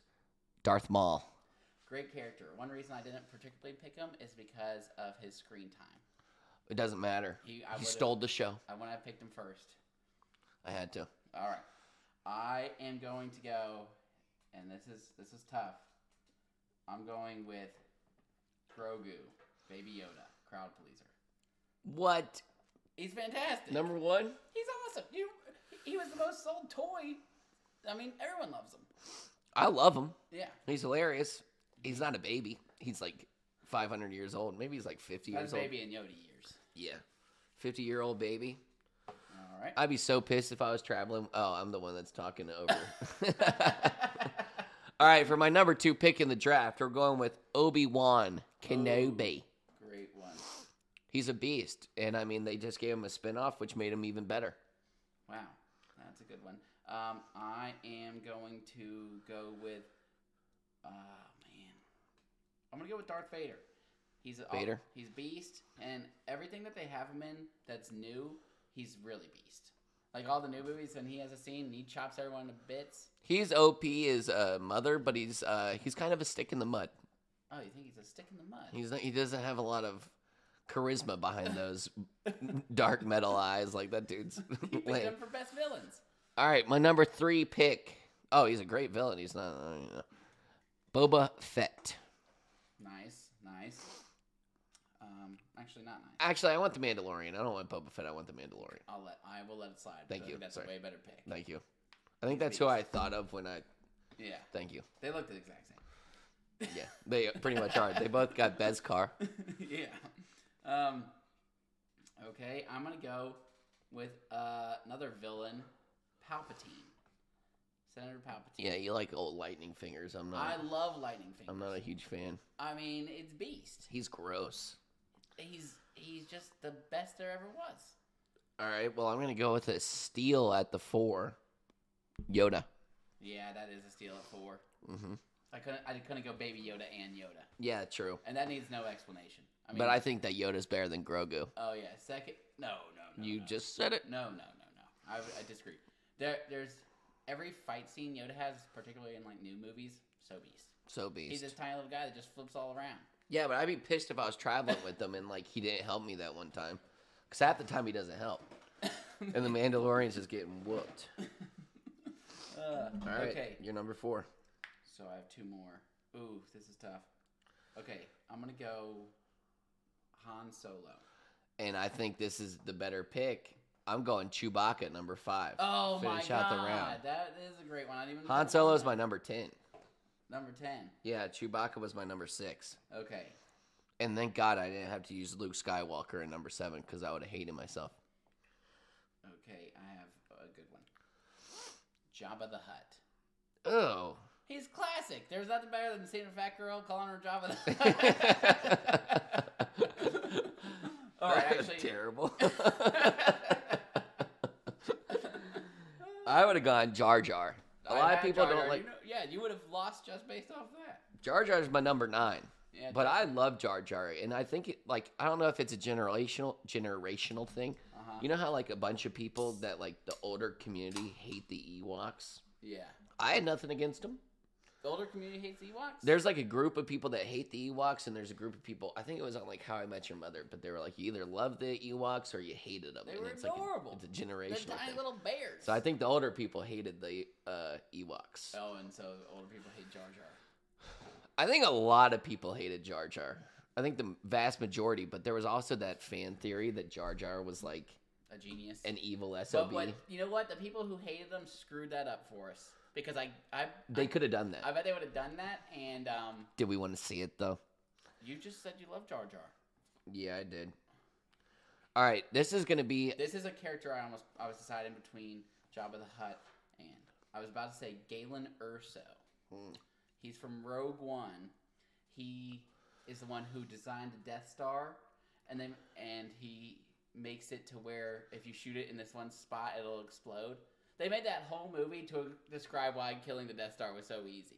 Speaker 1: Darth Maul.
Speaker 2: Great character. One reason I didn't particularly pick him is because of his screen time.
Speaker 1: It doesn't matter.
Speaker 2: He-
Speaker 1: He,
Speaker 2: I would've-
Speaker 1: stole the show.
Speaker 2: I want to have picked him first.
Speaker 1: I had to.
Speaker 2: All right, I am going to go, and this is this is tough. I'm going with Grogu, Baby Yoda, crowd pleaser.
Speaker 1: What
Speaker 2: He's fantastic.
Speaker 1: number one?
Speaker 2: He's awesome. You, he was the most sold toy. I mean, everyone loves him.
Speaker 1: I love him.
Speaker 2: Yeah.
Speaker 1: He's hilarious. He's not a baby. He's like 500 years old. Maybe he's like 50
Speaker 2: That's
Speaker 1: years old.
Speaker 2: baby in Yoda years.
Speaker 1: Yeah, 50 year old baby.
Speaker 2: All right.
Speaker 1: I'd be so pissed if I was traveling. Oh, I'm the one that's talking over. All right, for my number two pick in the draft, we're going with Obi Wan Kenobi.
Speaker 2: Great one.
Speaker 1: He's a beast, and I mean they just gave him a spin off, which made him even better.
Speaker 2: Wow. That's a good one. Um, I am going to go with. Oh, man. I'm going to go with Darth Vader. He's a, oh,
Speaker 1: Vader?
Speaker 2: He's beast, and everything that they have him in that's new, he's really beast. Like all the new movies, when he has a scene and he chops everyone to bits.
Speaker 1: He's OP as a mother, but he's uh, he's kind of a stick in the mud.
Speaker 2: Oh, you think he's a stick in the mud?
Speaker 1: He's not, he doesn't have a lot of charisma behind those dark metal eyes like that dude's.
Speaker 2: You picked
Speaker 1: lame.
Speaker 2: him for best villains.
Speaker 1: All right, my number three pick. Oh, he's a great villain. He's not uh, you know. Boba Fett.
Speaker 2: Nice, nice. Um, actually, not nice.
Speaker 1: Actually, I want the Mandalorian. I don't want Boba Fett. I want the Mandalorian.
Speaker 2: I'll let I will let it slide.
Speaker 1: Thank
Speaker 2: I think
Speaker 1: you,
Speaker 2: That's
Speaker 1: sorry.
Speaker 2: a way better pick.
Speaker 1: Thank you. I think that's who I thought of when I.
Speaker 2: Yeah,
Speaker 1: Thank you.
Speaker 2: they look the exact same.
Speaker 1: Yeah, they pretty much are. They both got Beskar.
Speaker 2: yeah. Um. Okay, I'm gonna go with uh, another villain, Palpatine, Senator Palpatine.
Speaker 1: Yeah, you like old lightning fingers. I'm
Speaker 2: I
Speaker 1: not.
Speaker 2: love Lightning Fingers.
Speaker 1: I'm not a huge fan.
Speaker 2: I mean, it's beast.
Speaker 1: He's gross.
Speaker 2: He's he's just the best there ever was.
Speaker 1: All right. Well, I'm gonna go with a steal at the four. Yoda.
Speaker 2: Yeah, that is a steal at four.
Speaker 1: hmm
Speaker 2: I couldn't I couldn't go Baby Yoda and Yoda,
Speaker 1: Yeah, true.
Speaker 2: and that needs no explanation. I mean,
Speaker 1: But I think that Yoda's better than Grogu.
Speaker 2: Oh yeah, second. No, no, no.
Speaker 1: You
Speaker 2: no.
Speaker 1: just said it.
Speaker 2: No, no, no, no. I, I disagree. There, there's every fight scene Yoda has, particularly in like new movies, so beast.
Speaker 1: So beast.
Speaker 2: He's this tiny little guy that just flips all around.
Speaker 1: Yeah, but I'd be pissed if I was traveling with him and like he didn't help me that one time, because half the time he doesn't help, and the Mandalorian's just getting whooped.
Speaker 2: Uh,
Speaker 1: All right,
Speaker 2: Okay,
Speaker 1: you're number four.
Speaker 2: so I have two more. Ooh, this is tough. Okay, I'm gonna go Han Solo.
Speaker 1: and I think this is the better pick. I'm going Chewbacca number five.
Speaker 2: Oh
Speaker 1: Finish
Speaker 2: my
Speaker 1: out
Speaker 2: god,
Speaker 1: the round.
Speaker 2: that is a great one. I didn't even
Speaker 1: Han
Speaker 2: think
Speaker 1: Solo's
Speaker 2: about
Speaker 1: my number ten.
Speaker 2: that. number ten.
Speaker 1: Yeah, Chewbacca was my number six,
Speaker 2: Okay,
Speaker 1: and thank God I didn't have to use Luke Skywalker in number seven because I would have hated myself.
Speaker 2: okay, I have a good one. Jabba the Hutt.
Speaker 1: Oh,
Speaker 2: He's classic. There's nothing better than seeing a fat girl calling her Java. the Hutt. All right,
Speaker 1: that was
Speaker 2: actually,
Speaker 1: terrible. I would have gone Jar Jar. A
Speaker 2: I
Speaker 1: lot of
Speaker 2: had
Speaker 1: people
Speaker 2: Jar
Speaker 1: don't
Speaker 2: Jar.
Speaker 1: like
Speaker 2: You know, yeah, you would have lost just based off that.
Speaker 1: Jar Jar's my number nine.
Speaker 2: Yeah,
Speaker 1: But I love Jar Jar, and I think it, like I don't know if it's a generational generational thing.
Speaker 2: Uh-huh.
Speaker 1: You know how like a bunch of people that like the older community hate the Ewoks.
Speaker 2: Yeah,
Speaker 1: I had nothing against them.
Speaker 2: the older community hates Ewoks.
Speaker 1: There's like a group of people that hate the Ewoks, and there's a group of people. I think it was on like How I Met Your Mother, but they were like you either love the Ewoks or you hated them.
Speaker 2: They
Speaker 1: and
Speaker 2: were
Speaker 1: it's
Speaker 2: adorable.
Speaker 1: Like a, it's a
Speaker 2: They're
Speaker 1: generational
Speaker 2: tiny
Speaker 1: thing.
Speaker 2: little bears.
Speaker 1: So I think the older people hated the uh, Ewoks.
Speaker 2: oh, and so older people hate Jar Jar.
Speaker 1: I think a lot of people hated Jar Jar. I think the vast majority, but there was also that fan theory that Jar Jar was like
Speaker 2: A genius.
Speaker 1: an evil
Speaker 2: but
Speaker 1: SOB.
Speaker 2: what, you know what? The people who hated them screwed that up for us because I, I,
Speaker 1: They could have done that.
Speaker 2: I bet they would have done that. And um,
Speaker 1: Did we want to see it though?
Speaker 2: you just said you love Jar Jar.
Speaker 1: Yeah, I did. All right, this is going to be
Speaker 2: This is a character I almost I was deciding between Jabba the Hutt and I was about to say Galen Urso.
Speaker 1: Hmm.
Speaker 2: He's from Rogue One. He is the one who designed the Death Star, and then and he makes it to where if you shoot it in this one spot, it'll explode. They made that whole movie to describe why killing the Death Star was so easy.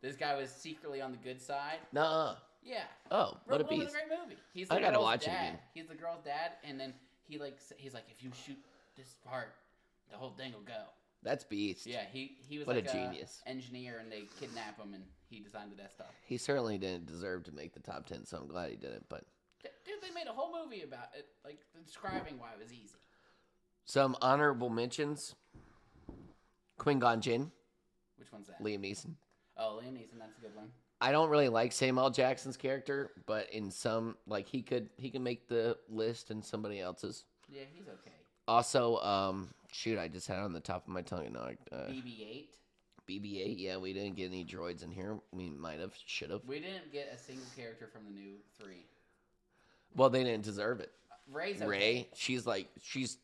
Speaker 2: This guy was secretly on the good side.
Speaker 1: Nuh-uh.
Speaker 2: Yeah,
Speaker 1: Oh, what a
Speaker 2: Rogue One was
Speaker 1: beast.
Speaker 2: a great movie. He's the
Speaker 1: I gotta
Speaker 2: girl's
Speaker 1: watch it
Speaker 2: dad.
Speaker 1: again.
Speaker 2: He's the girl's dad, and then he like s- he's like, if you shoot this part, the whole thing will go.
Speaker 1: That's beast.
Speaker 2: Yeah, he he was
Speaker 1: What a
Speaker 2: like uh,
Speaker 1: genius.
Speaker 2: engineer, and they kidnap him, and he designed the Death Star.
Speaker 1: He certainly didn't deserve to make the top 10, so I'm glad he didn't. But
Speaker 2: D- Dude, they made a whole movie about it, like describing why it was easy.
Speaker 1: some honorable mentions. Quingon Jin,
Speaker 2: Which one's that?
Speaker 1: Liam Neeson.
Speaker 2: oh, Liam Neeson, that's a good one.
Speaker 1: I don't really like Samuel L. Jackson's character, but in some like he could he can make the list and somebody else's.
Speaker 2: Yeah, he's okay.
Speaker 1: Also, um shoot, I just had it on the top of my tongue and now I- uh,
Speaker 2: BB-8.
Speaker 1: BB-8. Yeah, we didn't get any droids in here. We might have, should have.
Speaker 2: We didn't get a single character from the new three.
Speaker 1: Well, they didn't deserve it.
Speaker 2: Ray's okay.
Speaker 1: Ray, she's like she's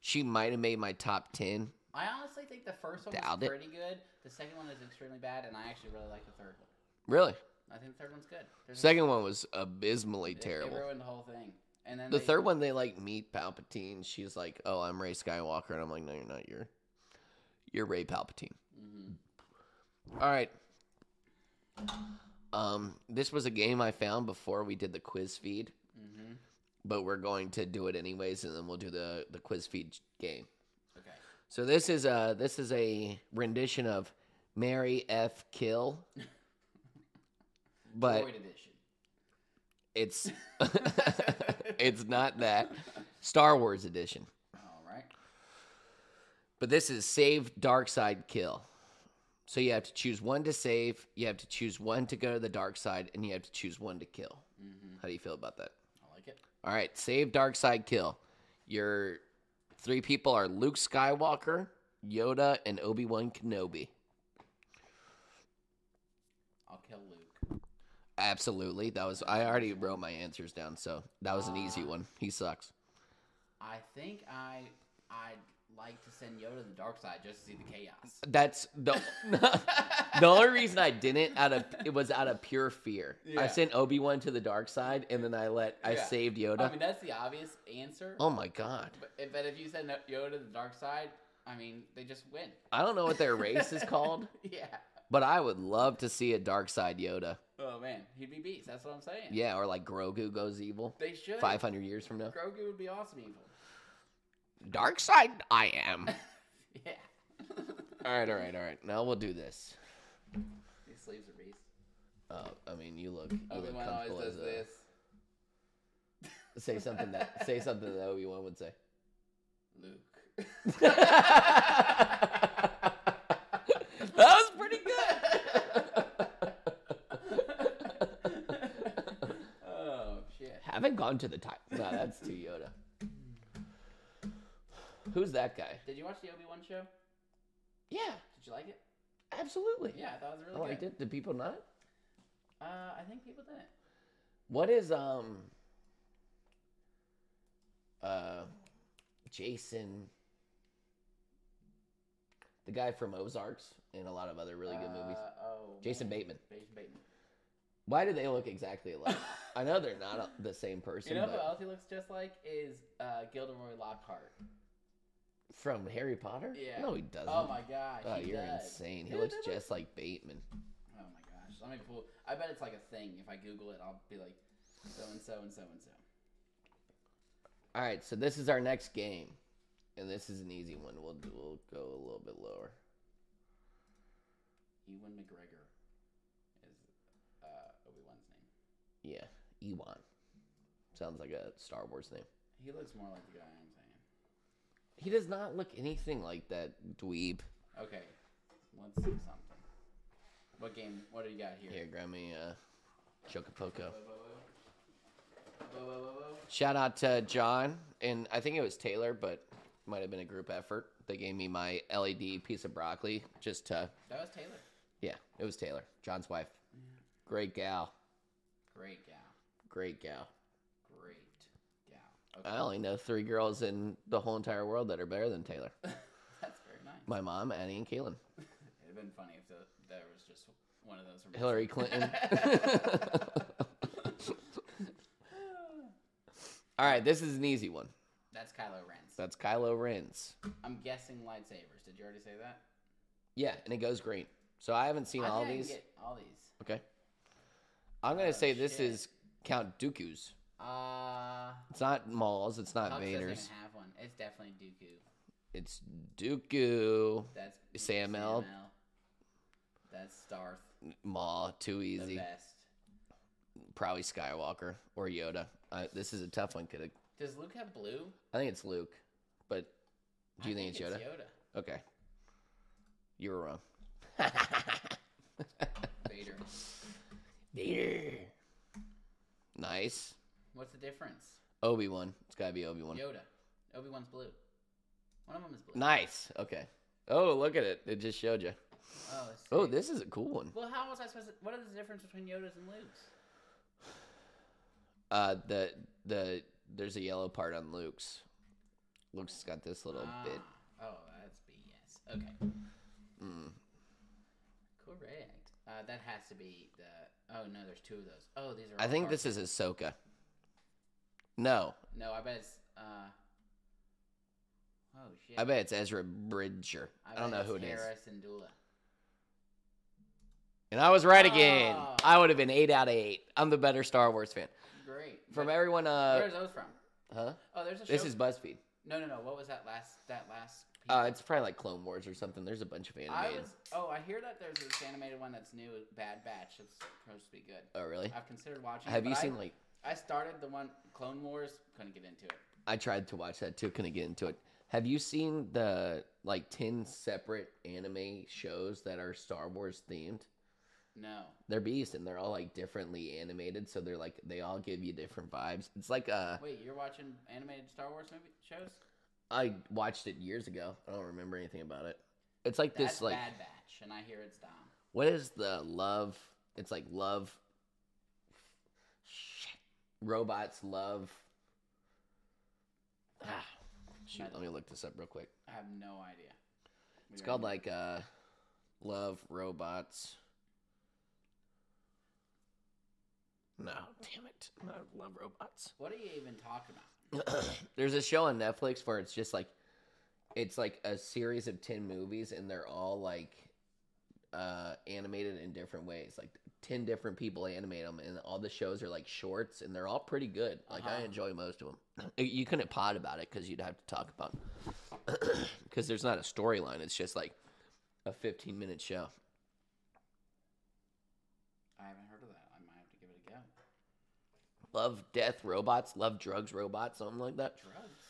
Speaker 1: she might have made my top 10.
Speaker 2: I honestly think the first one
Speaker 1: Doubt it.
Speaker 2: was pretty good. The second one is extremely bad, and I actually really like the third one.
Speaker 1: Really?
Speaker 2: I think the third one's good. There's a-
Speaker 1: Second one was abysmally
Speaker 2: it-
Speaker 1: terrible.
Speaker 2: It, ruined the whole thing. And then
Speaker 1: The
Speaker 2: they-
Speaker 1: third one, they like meet Palpatine. She's like, "Oh, I'm Ray Skywalker," and I'm like, "No, you're not. You're, you're Ray Palpatine."
Speaker 2: Mhm.
Speaker 1: All right. Um, this was a game I found before we did the quiz feed,
Speaker 2: Mhm.
Speaker 1: but we're going to do it anyways, and then we'll do the the quiz feed game.
Speaker 2: Okay.
Speaker 1: So this is a this is a rendition of "Mary F. Kill," but
Speaker 2: Droid edition.
Speaker 1: it's it's not that Star Wars edition.
Speaker 2: All right.
Speaker 1: But this is save dark side kill. So you have to choose one to save, you have to choose one to go to the dark side, and you have to choose one to kill.
Speaker 2: Mhm.
Speaker 1: How do you feel about that?
Speaker 2: I like it.
Speaker 1: All right, save dark side kill. Your three people are Luke Skywalker, Yoda, and Obi Wan Kenobi.
Speaker 2: I'll kill Luke.
Speaker 1: Absolutely, that was. I already wrote my answers down, so that was an easy one. He sucks.
Speaker 2: I think I I'd like to send Yoda to the dark side just to see the chaos.
Speaker 1: That's the the only reason I didn't out of it was out of pure fear. I
Speaker 2: Yeah.
Speaker 1: sent Obi Wan to the dark side, and then I let I
Speaker 2: Yeah.
Speaker 1: saved Yoda.
Speaker 2: I mean, that's the obvious answer.
Speaker 1: oh my god!
Speaker 2: But, but if you send Yoda to the dark side, I mean, they just win.
Speaker 1: I don't know what their race is called,
Speaker 2: Yeah.
Speaker 1: but I would love to see a dark side Yoda.
Speaker 2: Oh man, he'd be beast. That's what I'm saying.
Speaker 1: Yeah, or like Grogu goes evil
Speaker 2: They should.
Speaker 1: five hundred years from now.
Speaker 2: Grogu would be awesome evil.
Speaker 1: Dark side, I am.
Speaker 2: Yeah.
Speaker 1: all right, all right, all right. Now we'll do this.
Speaker 2: These sleeves are beast.
Speaker 1: Uh, I mean, you look. You
Speaker 2: Obi
Speaker 1: look
Speaker 2: Wan always
Speaker 1: comfortable
Speaker 2: does
Speaker 1: as a-
Speaker 2: this.
Speaker 1: Say something that say something that Obi Wan would say.
Speaker 2: Luke.
Speaker 1: that was pretty good.
Speaker 2: oh shit.
Speaker 1: Haven't gone to the time. No, that's too Yoda. Who's that guy?
Speaker 2: Did you watch the Obi Wan show? Did
Speaker 1: Yeah,
Speaker 2: you like it?
Speaker 1: absolutely.
Speaker 2: Yeah, I thought it was
Speaker 1: Oh, I
Speaker 2: really good.
Speaker 1: liked it. Did people not?
Speaker 2: Uh, I think people didn't.
Speaker 1: What is um uh Jason the guy from Ozarks and a lot of other really good movies.
Speaker 2: Uh, oh,
Speaker 1: Jason
Speaker 2: man.
Speaker 1: Bateman.
Speaker 2: Jason Bateman.
Speaker 1: Why do they look exactly alike? I know they're not a- the same person,
Speaker 2: You know who
Speaker 1: but
Speaker 2: else he looks just like is uh, Gilderoy Lockhart.
Speaker 1: from Harry Potter?
Speaker 2: Yeah.
Speaker 1: No, he doesn't.
Speaker 2: Oh my gosh.
Speaker 1: Oh,
Speaker 2: he
Speaker 1: you're
Speaker 2: does.
Speaker 1: insane. He
Speaker 2: Dude,
Speaker 1: looks
Speaker 2: that
Speaker 1: just like Bateman.
Speaker 2: Oh my gosh. Let me pull. I bet it's like a thing. If I Google it, I'll be like, so and so and so and so.
Speaker 1: All right, so this is our next game, and this is an easy one. We'll we'll go a little bit lower.
Speaker 2: Ewan McGregor is uh, Obi Wan's name.
Speaker 1: Yeah, Ewan. Sounds like a Star Wars name.
Speaker 2: He looks more like the guy I'm saying.
Speaker 1: He does not look anything like that dweeb.
Speaker 2: Okay. Let's see something. What game? What do you got here?
Speaker 1: Here, grab me a Chocopoco.
Speaker 2: Whoa, whoa, whoa. Whoa, whoa, whoa, whoa.
Speaker 1: Shout out to John, and I think it was Taylor, but it might have been a group effort. They gave me my LED piece of broccoli just to,
Speaker 2: That was Taylor.
Speaker 1: yeah, it was Taylor, John's wife. Great gal.
Speaker 2: Great gal.
Speaker 1: Great gal.
Speaker 2: Great gal.
Speaker 1: I only know three girls in the whole entire world that are better than Taylor.
Speaker 2: That's very nice.
Speaker 1: My mom, Annie, and Kaylin.
Speaker 2: It'd have been funny if the, there was just one of those. remotes.
Speaker 1: Hillary Clinton. All right, this is an easy one.
Speaker 2: That's Kylo Ren's.
Speaker 1: That's Kylo Ren's.
Speaker 2: I'm guessing lightsabers. Did you already say that?
Speaker 1: Yeah, and it goes green. So I haven't seen
Speaker 2: I
Speaker 1: all
Speaker 2: think I can
Speaker 1: these.
Speaker 2: get all these.
Speaker 1: Okay. I'm gonna
Speaker 2: Oh,
Speaker 1: say this
Speaker 2: shit.
Speaker 1: is Count Dooku's.
Speaker 2: Uh,
Speaker 1: It's not Maul's. It's not
Speaker 2: Hux doesn't even
Speaker 1: Vader's.
Speaker 2: have one. It's definitely Dooku.
Speaker 1: It's Dooku.
Speaker 2: That's
Speaker 1: Sam L.
Speaker 2: That's Darth.
Speaker 1: Maul. Too
Speaker 2: The
Speaker 1: easy.
Speaker 2: best.
Speaker 1: Probably Skywalker or Yoda. Uh, this is a tough one. Could
Speaker 2: Does Luke have blue?
Speaker 1: I think it's Luke, but do you
Speaker 2: I
Speaker 1: think, it's Yoda? Okay. You were wrong.
Speaker 2: Vader.
Speaker 1: Vader. Nice.
Speaker 2: What's the difference?
Speaker 1: Obi Wan. It's gotta be Obi Wan.
Speaker 2: Yoda. Obi Wan's blue. One of them is blue.
Speaker 1: Nice. Okay. Oh, look at it. It just showed you.
Speaker 2: Oh, let's
Speaker 1: Oh,
Speaker 2: see.
Speaker 1: this is a cool one.
Speaker 2: Well, how was I supposed to? What is the difference between Yoda's and Luke's?
Speaker 1: Uh, the the there's a yellow part on Luke's. Luke's has got this little
Speaker 2: Ah,
Speaker 1: bit.
Speaker 2: Oh, that's BS. Okay.
Speaker 1: Mm.
Speaker 2: Correct. Uh, that has to be the. Oh no, there's two of those. Oh, these are.
Speaker 1: I
Speaker 2: all
Speaker 1: think
Speaker 2: Darth
Speaker 1: this is Ahsoka. No,
Speaker 2: No, I bet it's. Uh... Oh shit!
Speaker 1: I bet it's Ezra Bridger. I, don't know who it is.
Speaker 2: Harris and Dula.
Speaker 1: And I was right again.
Speaker 2: Oh.
Speaker 1: I would have been eight out of eight. I'm the better Star Wars fan.
Speaker 2: Great.
Speaker 1: From
Speaker 2: But
Speaker 1: everyone, uh,
Speaker 2: where's those from?
Speaker 1: huh?
Speaker 2: Oh, there's a.
Speaker 1: This
Speaker 2: show-
Speaker 1: is BuzzFeed.
Speaker 2: No, no, no. What was that last? That last. Piece?
Speaker 1: Uh, it's probably like Clone Wars or something. There's a bunch of
Speaker 2: I
Speaker 1: animated.
Speaker 2: was. Oh, I hear that there's this animated one that's new, Bad Batch. It's supposed to be good.
Speaker 1: Oh, really?
Speaker 2: I've considered watching. it,
Speaker 1: Have you
Speaker 2: but I-
Speaker 1: seen like?
Speaker 2: I started the one Clone Wars. Couldn't get into it.
Speaker 1: I tried to watch that too. Couldn't get into it. Have you seen the like ten separate anime shows that are Star Wars themed?
Speaker 2: No.
Speaker 1: They're beasts and they're all like differently animated, so they're like they all give you different vibes. It's like uh,
Speaker 2: Wait, you're watching animated Star Wars movie shows?
Speaker 1: I watched it years ago. I don't remember anything about it. It's like
Speaker 2: That's
Speaker 1: this like
Speaker 2: Bad Batch, and I hear it's Dom.
Speaker 1: what is the love? It's like love. Shit. Robots love. Ah, shoot, let me look this up real quick.
Speaker 2: I have no idea. We
Speaker 1: It's
Speaker 2: are-
Speaker 1: called like uh, love robots. No, damn it, not love robots.
Speaker 2: What are you even talking about?
Speaker 1: There's a show on Netflix where it's just like, it's like a series of ten movies, and they're all like, uh, animated in different ways. Like ten different people animate them, and all the shows are like shorts, and they're all pretty good. Like I
Speaker 2: Uh-huh.
Speaker 1: enjoy most of them. You couldn't pod about it because you'd have to talk about, because there's not a storyline. It's just like a 15 minute show.
Speaker 2: I haven't heard of that. I might have to give it a go.
Speaker 1: Love death robots, love drugs robots, something like that.
Speaker 2: Drugs.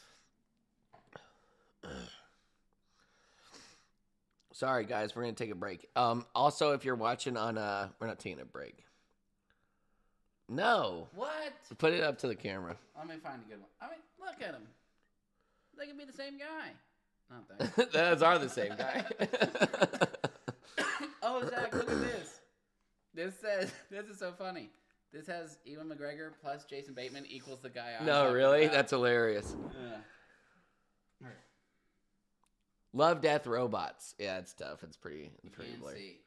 Speaker 1: Sorry, guys, we're gonna take a break. Um, also, if you're watching on, uh, we're not taking a break. No,
Speaker 2: What?
Speaker 1: put it up to the camera.
Speaker 2: Let me find a good one. I mean, look at them. They could be the same guy. Not that.
Speaker 1: Those are the same guy.
Speaker 2: oh, Zach, look at this. This says this is so funny. This has Ewan McGregor plus Jason Bateman equals the guy. I'm
Speaker 1: no,
Speaker 2: talking
Speaker 1: really,
Speaker 2: about.
Speaker 1: that's hilarious.
Speaker 2: Ugh.
Speaker 1: Love death robots. Yeah, it's tough. It's pretty,
Speaker 2: You
Speaker 1: it's pretty
Speaker 2: can't
Speaker 1: blurry.
Speaker 2: see,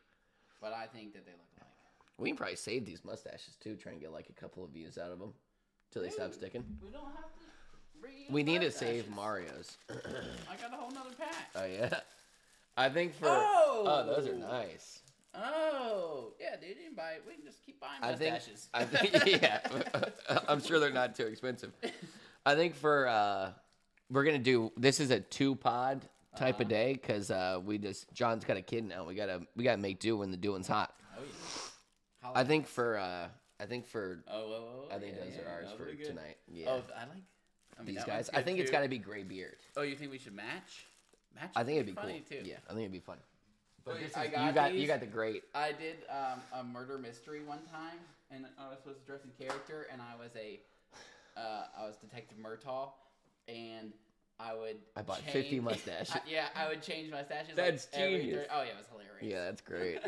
Speaker 2: but I think that they look alike.
Speaker 1: We can probably save these mustaches too. Try and get like a couple of views out of them till they stop
Speaker 2: Dude.
Speaker 1: sticking.
Speaker 2: We don't have to. reuse
Speaker 1: We need to
Speaker 2: mustaches.
Speaker 1: save Mario's.
Speaker 2: I got a whole nother pack.
Speaker 1: Oh yeah, I think for
Speaker 2: Oh!
Speaker 1: oh those are nice.
Speaker 2: oh, yeah, dude. You can buy. We can just keep buying
Speaker 1: I think,
Speaker 2: mustaches.
Speaker 1: I think, yeah, I'm sure they're not too expensive. I think for uh, we're gonna do this is a two pod type
Speaker 2: Uh-huh.
Speaker 1: of day because uh, we just John's got a kid now. We gotta we gotta make do when the doing's hot.
Speaker 2: oh yeah.
Speaker 1: I think for uh, I think for
Speaker 2: Oh, oh, oh,
Speaker 1: I think
Speaker 2: yeah,
Speaker 1: those
Speaker 2: yeah,
Speaker 1: are ours
Speaker 2: those
Speaker 1: for
Speaker 2: good.
Speaker 1: tonight. Yeah,
Speaker 2: Oh, I like I mean,
Speaker 1: these
Speaker 2: that one's
Speaker 1: guys. I
Speaker 2: good,
Speaker 1: think it's
Speaker 2: too.
Speaker 1: gotta be gray beard.
Speaker 2: Oh, you think we should match? Match.
Speaker 1: I think
Speaker 2: would
Speaker 1: it'd be
Speaker 2: funny
Speaker 1: cool.
Speaker 2: too.
Speaker 1: Yeah, I think it'd be fun. But
Speaker 2: Wait,
Speaker 1: this is,
Speaker 2: I
Speaker 1: you
Speaker 2: got
Speaker 1: got you
Speaker 2: these?
Speaker 1: got the great.
Speaker 2: I did um, a murder mystery one time, and I was supposed to dress in character, and I was a, uh, I was Detective Murtaugh, and I would.
Speaker 1: I bought 50
Speaker 2: change-
Speaker 1: mustache.
Speaker 2: I- yeah, I would change mustaches.
Speaker 1: That's
Speaker 2: like, every
Speaker 1: genius.
Speaker 2: thir- oh yeah, it was hilarious.
Speaker 1: Yeah, that's great.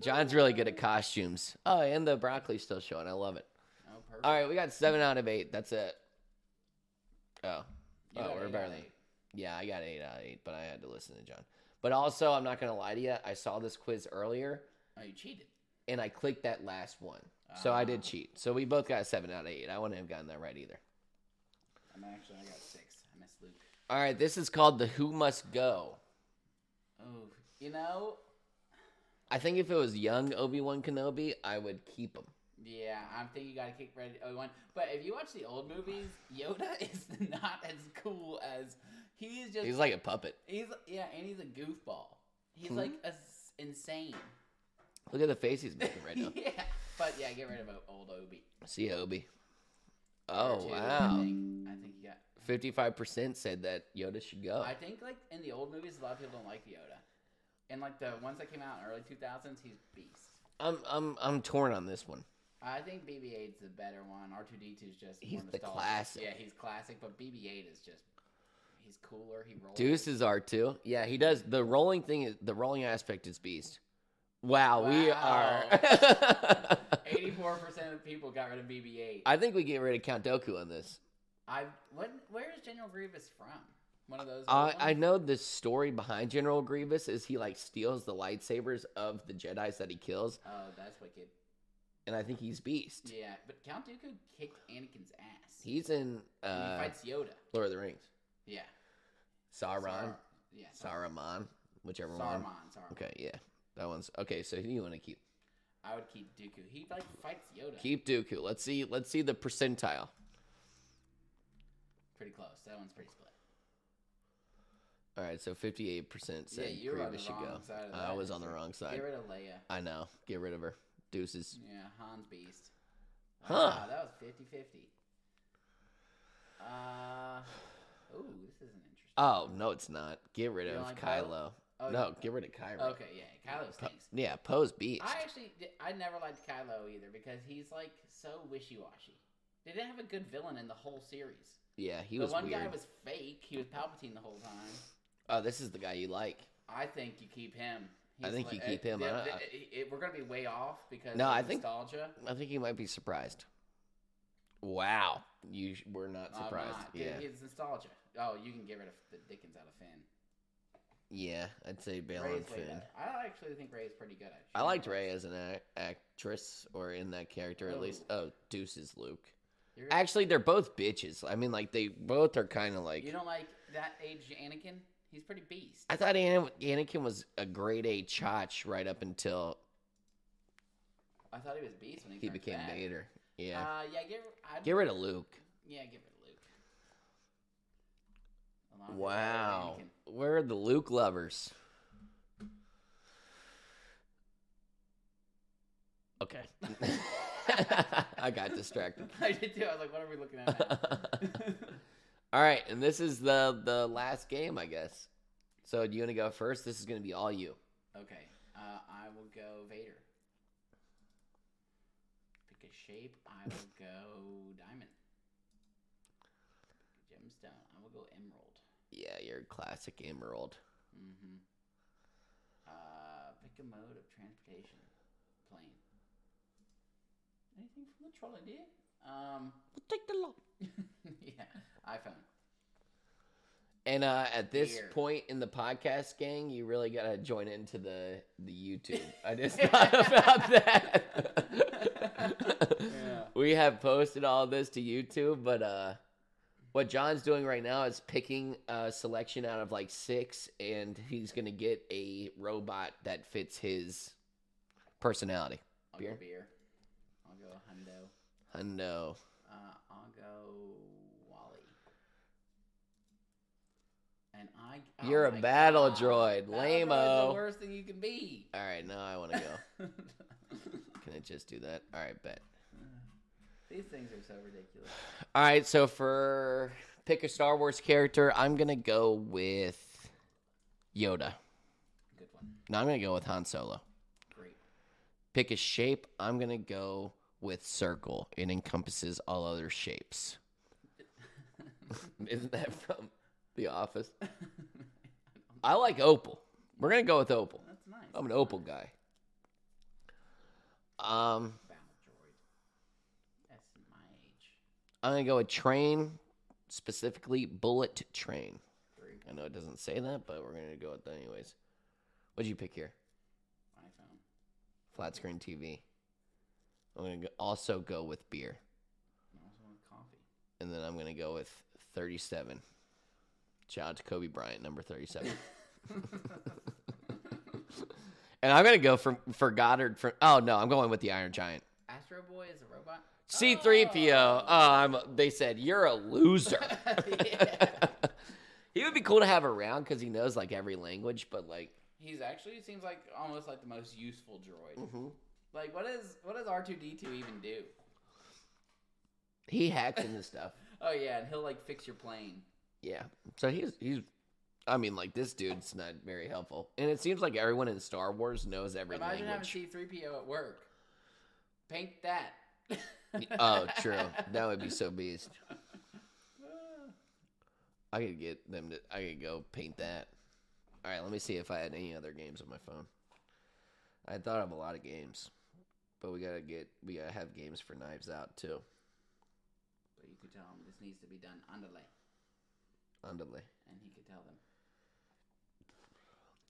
Speaker 1: John's really good at costumes. Oh, and the broccoli's still showing. I love it.
Speaker 2: Oh, perfect.
Speaker 1: All right, we got seven out of eight. That's it. Oh,
Speaker 2: You
Speaker 1: Oh,
Speaker 2: got
Speaker 1: we're
Speaker 2: eight out of
Speaker 1: barely-
Speaker 2: eight.
Speaker 1: yeah, I got eight out of eight, but I had to listen to John. But also, I'm not gonna lie to you. I saw this quiz earlier,
Speaker 2: Oh, you cheated.
Speaker 1: and I clicked that last one, so I
Speaker 2: Ah.
Speaker 1: did cheat. So we both got a seven out of eight. I wouldn't have gotten that right either.
Speaker 2: I'm actually I got six. I missed Luke.
Speaker 1: All right, this is called the Who Must Go.
Speaker 2: Oh, you know,
Speaker 1: I think if it was young Obi Wan Kenobi, I would keep him.
Speaker 2: yeah, I'm thinking you got to kick Red Obi Wan. But if you watch the old movies, Yoda is not as cool as he's just
Speaker 1: He's like a puppet.
Speaker 2: he's yeah, and he's a goofball. He's
Speaker 1: Hmm?
Speaker 2: like a s insane.
Speaker 1: Look at the face he's making right now.
Speaker 2: yeah, but yeah, get rid of o- old Obi.
Speaker 1: See ya, Obi.
Speaker 2: Or
Speaker 1: Oh
Speaker 2: two, I
Speaker 1: wow, Oh.
Speaker 2: think, I think you got.
Speaker 1: fifty-five percent said that Yoda should go.
Speaker 2: I think like in the old movies, a lot of people don't like Yoda, and like the ones that came out in early 2000s, he's beast.
Speaker 1: I'm I'm I'm torn on this one.
Speaker 2: I think BB-8's the better one. R2D2 is just
Speaker 1: He's
Speaker 2: more
Speaker 1: the
Speaker 2: nostalgic.
Speaker 1: classic.
Speaker 2: Yeah, he's classic, but BB-8 is just he's cooler. He rolls.
Speaker 1: Deuces are too. Yeah, he does. The rolling thing is the rolling aspect is beast. Wow, we are.
Speaker 2: 84% of people got rid of BB-8. I,
Speaker 1: I think we get rid of Count Doku on this.
Speaker 2: what where is General Grievous from? One of those.
Speaker 1: I,
Speaker 2: old
Speaker 1: I
Speaker 2: ones?
Speaker 1: know the story behind General Grievous is he like steals the lightsabers of the Jedi's that he kills,
Speaker 2: Oh, that's wicked.
Speaker 1: and I think he's Beast.
Speaker 2: Yeah, but Count Dooku kicked Anakin's ass.
Speaker 1: He's in
Speaker 2: And he
Speaker 1: uh,
Speaker 2: fights Yoda.
Speaker 1: Lord of the Rings.
Speaker 2: Yeah.
Speaker 1: Sauron,
Speaker 2: Sar- yeah. Sar-
Speaker 1: Saruman, whichever
Speaker 2: Saruman.
Speaker 1: one.
Speaker 2: Saruman.
Speaker 1: Okay, yeah, that one's okay. So who do you want to keep?
Speaker 2: I would keep Dooku. He like fights Yoda.
Speaker 1: Keep Dooku. Let's see. Let's see the percentile.
Speaker 2: pretty close. That one's pretty split.
Speaker 1: All right, so fifty-eight percent said
Speaker 2: you were on
Speaker 1: Grievous
Speaker 2: the
Speaker 1: should go.
Speaker 2: wrong side of
Speaker 1: I
Speaker 2: that.
Speaker 1: was on the wrong side.
Speaker 2: Get rid of Leia.
Speaker 1: I know. Get rid of her. Deuces.
Speaker 2: Yeah, Han's Beast.
Speaker 1: Huh.
Speaker 2: Wow, that was 50 50. Uh, oh, this isn't interesting.
Speaker 1: Oh no, it's not. Get rid
Speaker 2: You
Speaker 1: of
Speaker 2: don't like
Speaker 1: Kylo.
Speaker 2: Kylo? Oh,
Speaker 1: no, get rid of Kylo.
Speaker 2: Okay, yeah, Kylo stinks.
Speaker 1: Yeah, Poe's beast.
Speaker 2: I actually, di- I never liked Kylo either because he's like so wishy washy. They didn't have a good villain in the whole series.
Speaker 1: yeah, he
Speaker 2: the
Speaker 1: was
Speaker 2: one
Speaker 1: weird.
Speaker 2: guy was fake. He was Palpatine the whole time.
Speaker 1: oh, this is the guy you like.
Speaker 2: I think you keep him.
Speaker 1: I think you keep him.
Speaker 2: the-
Speaker 1: I-
Speaker 2: the-
Speaker 1: I-
Speaker 2: it- it- we're gonna be way off because
Speaker 1: No,
Speaker 2: of
Speaker 1: I think-
Speaker 2: nostalgia.
Speaker 1: I think he might be surprised. Wow, you sh- were not
Speaker 2: I'm
Speaker 1: surprised.
Speaker 2: not. Dude,
Speaker 1: yeah,
Speaker 2: it's nostalgia. Oh, you can get rid of the Dickens out of Finn.
Speaker 1: yeah. I'd say Bail
Speaker 2: Ray's
Speaker 1: and
Speaker 2: way
Speaker 1: Finn.
Speaker 2: better. I actually think Ray's pretty good. At
Speaker 1: I liked
Speaker 2: shooting.
Speaker 1: Ray as an ac actress or in that character at least. Oh, deuces Luke.
Speaker 2: You're-
Speaker 1: Actually, they're both bitches. I mean, like they both are kind of like.
Speaker 2: you don't like that age Anakin? He's pretty beast.
Speaker 1: I thought Ana- Anakin was a grade A chotch right up until
Speaker 2: I thought he was beast when he,
Speaker 1: he
Speaker 2: turned
Speaker 1: became
Speaker 2: bad.
Speaker 1: Vader. Yeah,
Speaker 2: Uh, yeah, get, I'd,
Speaker 1: get rid of Luke.
Speaker 2: yeah, get rid of Luke. A lot of people got rid of
Speaker 1: Wow,
Speaker 2: oh, Anakin.
Speaker 1: where are the Luke lovers? Okay, I got distracted.
Speaker 2: I did too. I was like, what are we looking at? now?
Speaker 1: all right, and this is the the last game, I guess. So do you want to go first? This is going to be all you.
Speaker 2: okay, uh, I will go Vader. Pick a shape. I will go diamond. Gemstone. I will go emerald.
Speaker 1: Yeah, you're a classic emerald.
Speaker 2: Mm-hmm. Uh, pick a mode of transportation. Plane. Anything from the trolley, dear? Um,
Speaker 1: We'll take the long.
Speaker 2: yeah, iPhone.
Speaker 1: And uh, at this
Speaker 2: Weird.
Speaker 1: point in the podcast, gang, you really gotta join into the the YouTube. I just thought about that.
Speaker 2: Yeah.
Speaker 1: We have posted all this to YouTube, but uh, what John's doing right now is picking a selection out of like six, and he's gonna get a robot that fits his personality.
Speaker 2: I'll
Speaker 1: Beer.
Speaker 2: go beer. I'll go hundo.
Speaker 1: I know.
Speaker 2: Uh, I'll go Wally. And I. oh
Speaker 1: You're a
Speaker 2: my
Speaker 1: battle
Speaker 2: God.
Speaker 1: droid.
Speaker 2: Battle droid's
Speaker 1: Lame-o.
Speaker 2: The worst thing you can be.
Speaker 1: All right, now I want to go. Can it just do that? All right, bet.
Speaker 2: These things are so ridiculous.
Speaker 1: All right, so for pick a Star Wars character, I'm gonna go with Yoda.
Speaker 2: Good one.
Speaker 1: No, I'm gonna go with Han Solo.
Speaker 2: Great.
Speaker 1: Pick a shape. I'm gonna go with circle. It encompasses all other shapes. Isn't that from The Office? I like opal. We're gonna go with opal.
Speaker 2: That's nice.
Speaker 1: I'm an opal guy. Um,
Speaker 2: Battle droid. That's my age.
Speaker 1: I'm gonna go with train. specifically Bullet Train.
Speaker 2: Three.
Speaker 1: I know it doesn't say that, but we're gonna go with that anyways. What'd you pick here?
Speaker 2: iPhone.
Speaker 1: Flat screen TV. I'm gonna go, also go with beer,
Speaker 2: I also want coffee.
Speaker 1: and then I'm gonna go with 37. Shout out to Kobe Bryant, number 37. and I'm gonna go for for Goddard. For oh no, I'm going with the Iron Giant.
Speaker 2: Astro Boy is a robot.
Speaker 1: C3PO. Oh, I'm, they said, You're a loser.
Speaker 2: Yeah.
Speaker 1: he would be cool to have around because he knows like every language, but like,
Speaker 2: He's actually seems like almost like the most useful droid. Like what is what does R two D two even do?
Speaker 1: he hacks into stuff.
Speaker 2: Oh yeah, and he'll like fix your plane.
Speaker 1: Yeah. So he's, he's, I mean, like, this dude's not very helpful. And it seems like everyone in Star Wars knows every
Speaker 2: Imagine having
Speaker 1: language.
Speaker 2: C three PO at work. Paint that.
Speaker 1: oh, true. That would be so beast. I could get them to, I could go paint that. All right, let me see if I had any other games on my phone. I thought of a lot of games, but we gotta get, we gotta have games for Knives Out too.
Speaker 2: But you could tell him this needs to be done underlay,
Speaker 1: Underlay.
Speaker 2: and he could tell them.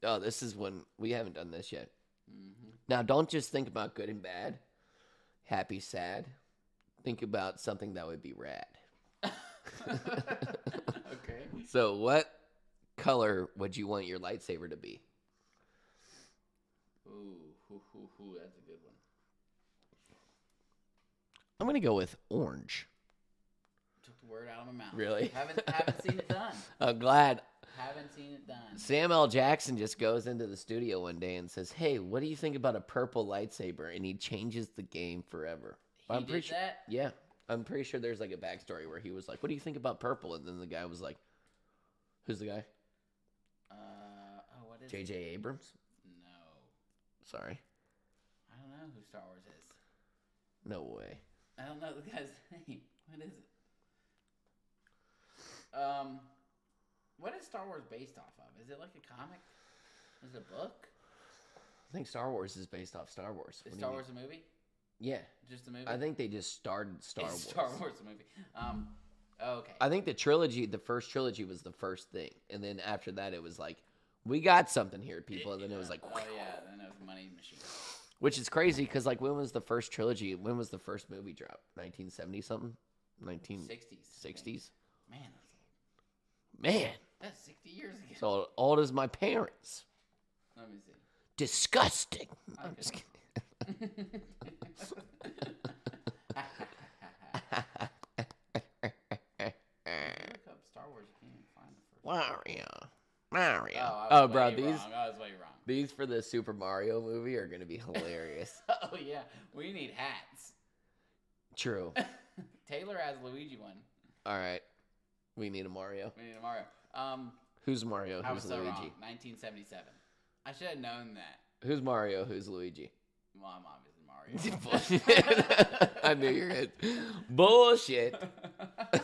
Speaker 1: Oh, this is when we haven't done this yet.
Speaker 2: hmm
Speaker 1: Now, don't just think about good and bad, happy, sad. Think about something that would be rad.
Speaker 2: okay.
Speaker 1: So, what color would you want your lightsaber to be?
Speaker 2: Ooh, hoo, hoo, hoo, that's a good one.
Speaker 1: I'm gonna go with orange.
Speaker 2: Took the word out of my mouth.
Speaker 1: Really?
Speaker 2: Haven't haven't seen it done.
Speaker 1: I'm Uh, glad
Speaker 2: Haven't seen it done.
Speaker 1: Sam L. Jackson just goes into the studio one day and says, "Hey, what do you think about a purple lightsaber?" And he changes the game forever.
Speaker 2: He
Speaker 1: I'm
Speaker 2: did
Speaker 1: pretty sure.
Speaker 2: that.
Speaker 1: Yeah, I'm pretty sure there's like a backstory where he was like, "What do you think about purple?" And then the guy was like, "Who's the guy?"
Speaker 2: Uh, oh, what is it?
Speaker 1: J.J. Abrams.
Speaker 2: No,
Speaker 1: Sorry,
Speaker 2: I don't know who Star Wars is.
Speaker 1: no way.
Speaker 2: I don't know the guy's name. What is it? Um, what is Star Wars based off of? Is it like a comic? Is it a book?
Speaker 1: I think Star Wars is based off Star Wars. What do you
Speaker 2: Is Star
Speaker 1: mean?
Speaker 2: Wars a movie?
Speaker 1: Yeah,
Speaker 2: Just a movie?
Speaker 1: I think they just started Star Wars.
Speaker 2: Is Star Wars a movie. Um, okay.
Speaker 1: I think the trilogy, the first trilogy, was the first thing, and then after that, it was like, "We got something here, people," and then it was like,
Speaker 2: oh yeah, then it was Money Machine.
Speaker 1: which is crazy because like, when was the first trilogy? When was the first movie drop? Nineteen seventy something, nineteen
Speaker 2: Sixties.
Speaker 1: sixties.
Speaker 2: Man, that's,
Speaker 1: Man,
Speaker 2: that's sixty years ago.
Speaker 1: so as old as my parents.
Speaker 2: Let me see.
Speaker 1: Disgusting. I'm just kidding.
Speaker 2: Look
Speaker 1: Oh,
Speaker 2: up Star Wars. You can't even find the first.
Speaker 1: Mario, Mario.
Speaker 2: I
Speaker 1: Oh,
Speaker 2: was
Speaker 1: bro,
Speaker 2: way
Speaker 1: these
Speaker 2: Wrong. I was way wrong.
Speaker 1: these for the Super Mario movie are gonna be hilarious.
Speaker 2: Oh yeah, we need hats.
Speaker 1: True.
Speaker 2: Taylor has Luigi one.
Speaker 1: All right, we need a Mario.
Speaker 2: We need a Mario. Um,
Speaker 1: Who's Mario?
Speaker 2: I was
Speaker 1: Oh, Who's
Speaker 2: so
Speaker 1: Luigi?
Speaker 2: wrong. 1977. I should have known that.
Speaker 1: Who's Mario? Who's Luigi?
Speaker 2: Well, I'm obviously
Speaker 1: Bullshit.
Speaker 2: Mario.
Speaker 1: I knew your head. Bullshit.
Speaker 2: I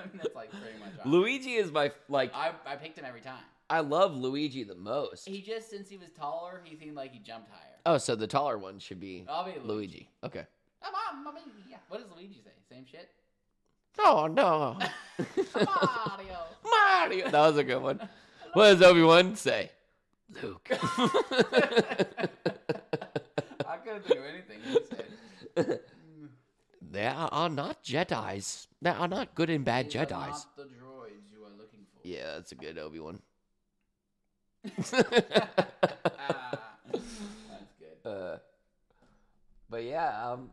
Speaker 2: mean, that's like pretty much. obvious.
Speaker 1: Luigi is my like.
Speaker 2: I I picked him every time.
Speaker 1: I love Luigi the most.
Speaker 2: He just since he was taller, he seemed like he jumped higher.
Speaker 1: Oh, so the taller one should be
Speaker 2: I'll be Luigi.
Speaker 1: Luigi. Okay.
Speaker 2: Come on, mommy. Yeah. What does Luigi say? Same shit.
Speaker 1: Oh no,
Speaker 2: Mario.
Speaker 1: Mario. That was a good one. What does Obi Wan say? Luke.
Speaker 2: I couldn't do anything he said.
Speaker 1: there are not Jedi's. There are not good and bad
Speaker 2: These are
Speaker 1: Jedi's.
Speaker 2: Not the droids you are looking for.
Speaker 1: Yeah, that's a good Obi Wan.
Speaker 2: Ah, that's good.
Speaker 1: Uh, but yeah, um,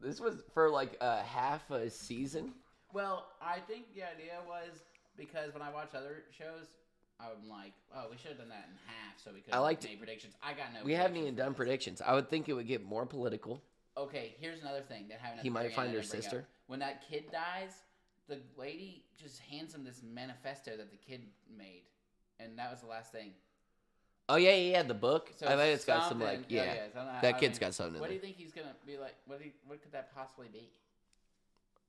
Speaker 1: this was for like uh, half a season.
Speaker 2: Well, I think the idea was because when I watch other shows, I'm like, oh, we should have done that in half so we could.
Speaker 1: I
Speaker 2: have
Speaker 1: liked-
Speaker 2: made predictions. I got no.
Speaker 1: We haven't even
Speaker 2: predictions
Speaker 1: done
Speaker 2: for this.
Speaker 1: predictions. I would think it would get more political.
Speaker 2: Okay, here's another thing that happened. At
Speaker 1: He
Speaker 2: the
Speaker 1: might
Speaker 2: very
Speaker 1: find
Speaker 2: end I
Speaker 1: her
Speaker 2: didn't bring
Speaker 1: sister.
Speaker 2: up. When that kid dies, the lady just hands him this manifesto that the kid made, and that was the last thing.
Speaker 1: Oh yeah, yeah, yeah. The book. I bet it's got some
Speaker 2: something-
Speaker 1: like yeah.
Speaker 2: oh, something-
Speaker 1: That
Speaker 2: I
Speaker 1: kid's
Speaker 2: mean,
Speaker 1: got something in
Speaker 2: What do
Speaker 1: there.
Speaker 2: you think he's gonna be like? What do you, what could that possibly be?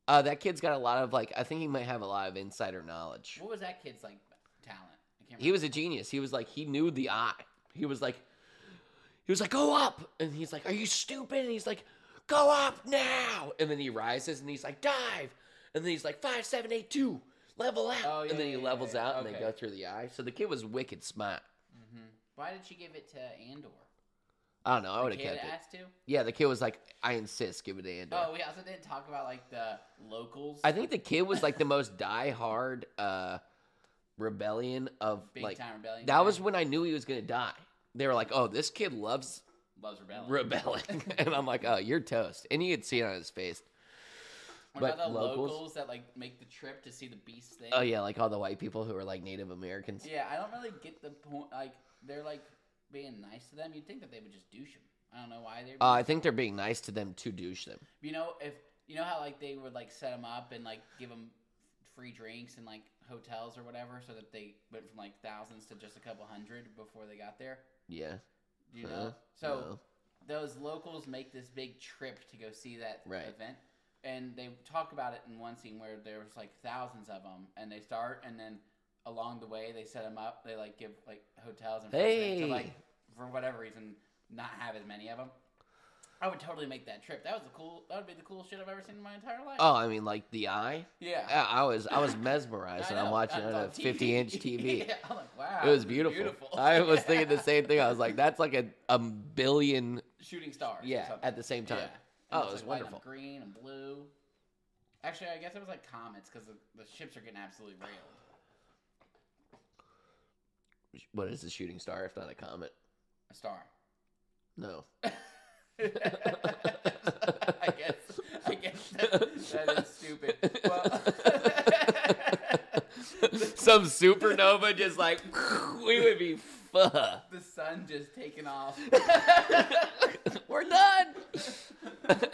Speaker 1: Uh, that kid's got a lot of like. I think he might have a lot of insider knowledge.
Speaker 2: What was that kid's like talent? I can't
Speaker 1: He was a genius. He was like he knew the eye. He was like, he was like go up, and he's like, are you stupid? And he's like, go up now. And then he rises and he's like dive, and then he's like five, seven, eight, two, level out,
Speaker 2: Oh, yeah,
Speaker 1: and then he
Speaker 2: yeah, yeah,
Speaker 1: levels
Speaker 2: yeah,
Speaker 1: out, and they
Speaker 2: okay.
Speaker 1: go through the eye. So the kid was wicked smart.
Speaker 2: Mm-hmm. Why did she give it to Andor?
Speaker 1: I don't know. I would have
Speaker 2: Kid
Speaker 1: kept it.
Speaker 2: asked to.
Speaker 1: Yeah, the kid was like, "I insist, give it to Andor."
Speaker 2: Oh, we also didn't talk about like the locals.
Speaker 1: I think the kid was like the most diehard uh, rebellion of
Speaker 2: Big
Speaker 1: like.
Speaker 2: time rebellion.
Speaker 1: That
Speaker 2: guy.
Speaker 1: was when I knew he was gonna die. They were like, "Oh, this kid loves
Speaker 2: loves rebellion.
Speaker 1: rebelling," and I'm like, "Oh, you're toast." And you could see it on his face.
Speaker 2: What
Speaker 1: but
Speaker 2: about the
Speaker 1: locals-
Speaker 2: locals? that like make the trip to see the beast thing?
Speaker 1: Oh yeah, like all the white people who are like Native Americans.
Speaker 2: Yeah, I don't really get the point. Like they're like being nice to them. You'd think that they would just douche them. I don't know why they're.
Speaker 1: Uh, I think they're being nice to them to douche them.
Speaker 2: you know if you know how like they would like set them up and like give them free drinks and like hotels or whatever, so that they went from like thousands to just a couple hundred before they got there.
Speaker 1: Yeah,
Speaker 2: Do you
Speaker 1: Huh?
Speaker 2: know? So those locals make this big trip to go see that
Speaker 1: Right.
Speaker 2: event. And they talk about it in one scene where there was like thousands of them, and they start, and then along the way they set them up. They like give like hotels and free drinks
Speaker 1: Hey.
Speaker 2: to, like for whatever reason not have as many of them. I would totally make that trip. That was the cool. That would be the coolest shit I've ever seen in my entire life.
Speaker 1: oh, I mean, like the eye.
Speaker 2: yeah.
Speaker 1: I, I was I was mesmerized
Speaker 2: I
Speaker 1: when I'm
Speaker 2: know.
Speaker 1: watching
Speaker 2: It's
Speaker 1: it on a
Speaker 2: TV.
Speaker 1: 50 inch TV.
Speaker 2: yeah, I'm like, wow.
Speaker 1: It was
Speaker 2: this is
Speaker 1: beautiful. I was thinking the same thing. I was like, "That's like a a billion
Speaker 2: shooting stars. or
Speaker 1: yeah
Speaker 2: something.
Speaker 1: at the same time."
Speaker 2: Yeah.
Speaker 1: Oh,
Speaker 2: And
Speaker 1: it
Speaker 2: it's,
Speaker 1: was
Speaker 2: like, light up
Speaker 1: wonderful.
Speaker 2: green and blue. Actually, I guess it was like comets because the, the ships are getting absolutely railed.
Speaker 1: What is a shooting star if not a comet?
Speaker 2: A star.
Speaker 1: No.
Speaker 2: I guess. I guess that, that is stupid. Well,
Speaker 1: Some supernova just like we would be fuh.
Speaker 2: the sun just taking off.
Speaker 1: We're done.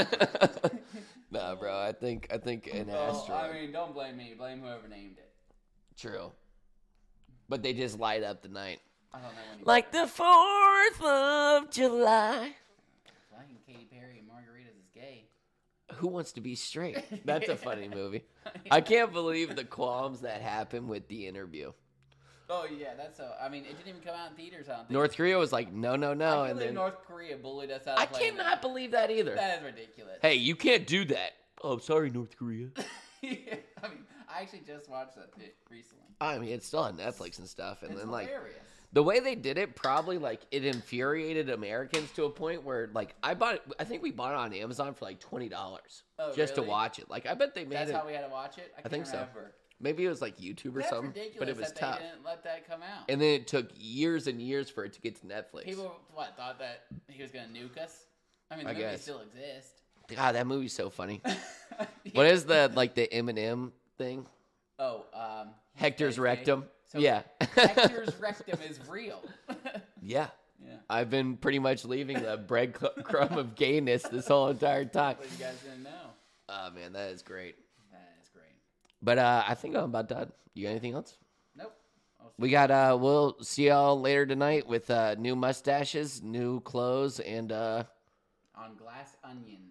Speaker 1: nah, bro. I think I think an
Speaker 2: Well,
Speaker 1: asteroid.
Speaker 2: I mean, don't blame me. Blame whoever named it.
Speaker 1: True. But they just light up the night.
Speaker 2: I don't know when. he-
Speaker 1: Like the Fourth of July.
Speaker 2: Fucking Katy Perry and margaritas is gay.
Speaker 1: Who wants to be straight? That's a funny movie. I can't believe the qualms that happened with the interview.
Speaker 2: Oh yeah, that's so. I mean, it didn't even come out in theaters. I don't think.
Speaker 1: North Korea was like, no, no, no,
Speaker 2: I can't
Speaker 1: and
Speaker 2: believe
Speaker 1: then
Speaker 2: North Korea bullied us out. of
Speaker 1: I
Speaker 2: playing
Speaker 1: cannot believe that
Speaker 2: That.
Speaker 1: either.
Speaker 2: that is ridiculous.
Speaker 1: Hey, you can't do that. Oh, sorry, North Korea.
Speaker 2: I mean, I actually just watched that bit recently.
Speaker 1: I mean, it's still on Netflix and stuff, and
Speaker 2: It's
Speaker 1: then like
Speaker 2: hilarious.
Speaker 1: the way they did it probably like it infuriated americans to a point where like i bought it i think we bought it on amazon for like $20
Speaker 2: Oh,
Speaker 1: just
Speaker 2: really?
Speaker 1: to watch it like i bet they made
Speaker 2: That's
Speaker 1: it
Speaker 2: how we had to watch it. I, can't
Speaker 1: think so.
Speaker 2: remember.
Speaker 1: maybe it was like youtube or
Speaker 2: That's
Speaker 1: something
Speaker 2: ridiculous
Speaker 1: but it was
Speaker 2: that
Speaker 1: tough
Speaker 2: they didn't let that come out.
Speaker 1: and then it took years and years for it to get to netflix
Speaker 2: People what thought that he was gonna nuke us. I mean, the
Speaker 1: I
Speaker 2: movie
Speaker 1: guess.
Speaker 2: still exists.
Speaker 1: god that movie's so funny what is the like the eminem thing
Speaker 2: Oh, um, he's
Speaker 1: hector's
Speaker 2: gay.
Speaker 1: rectum
Speaker 2: So
Speaker 1: yeah
Speaker 2: Hector's rectum is real.
Speaker 1: yeah
Speaker 2: yeah.
Speaker 1: i've been pretty much leaving the breadcrumb of gayness this whole entire time
Speaker 2: But you guys didn't know.
Speaker 1: oh man that is great
Speaker 2: That is great.
Speaker 1: But uh, I think I'm about done. You got anything else?
Speaker 2: Nope. I'll see
Speaker 1: We got. Uh, we'll see y'all later tonight with uh, new mustaches, new clothes, and uh,
Speaker 2: you on Glass Onion.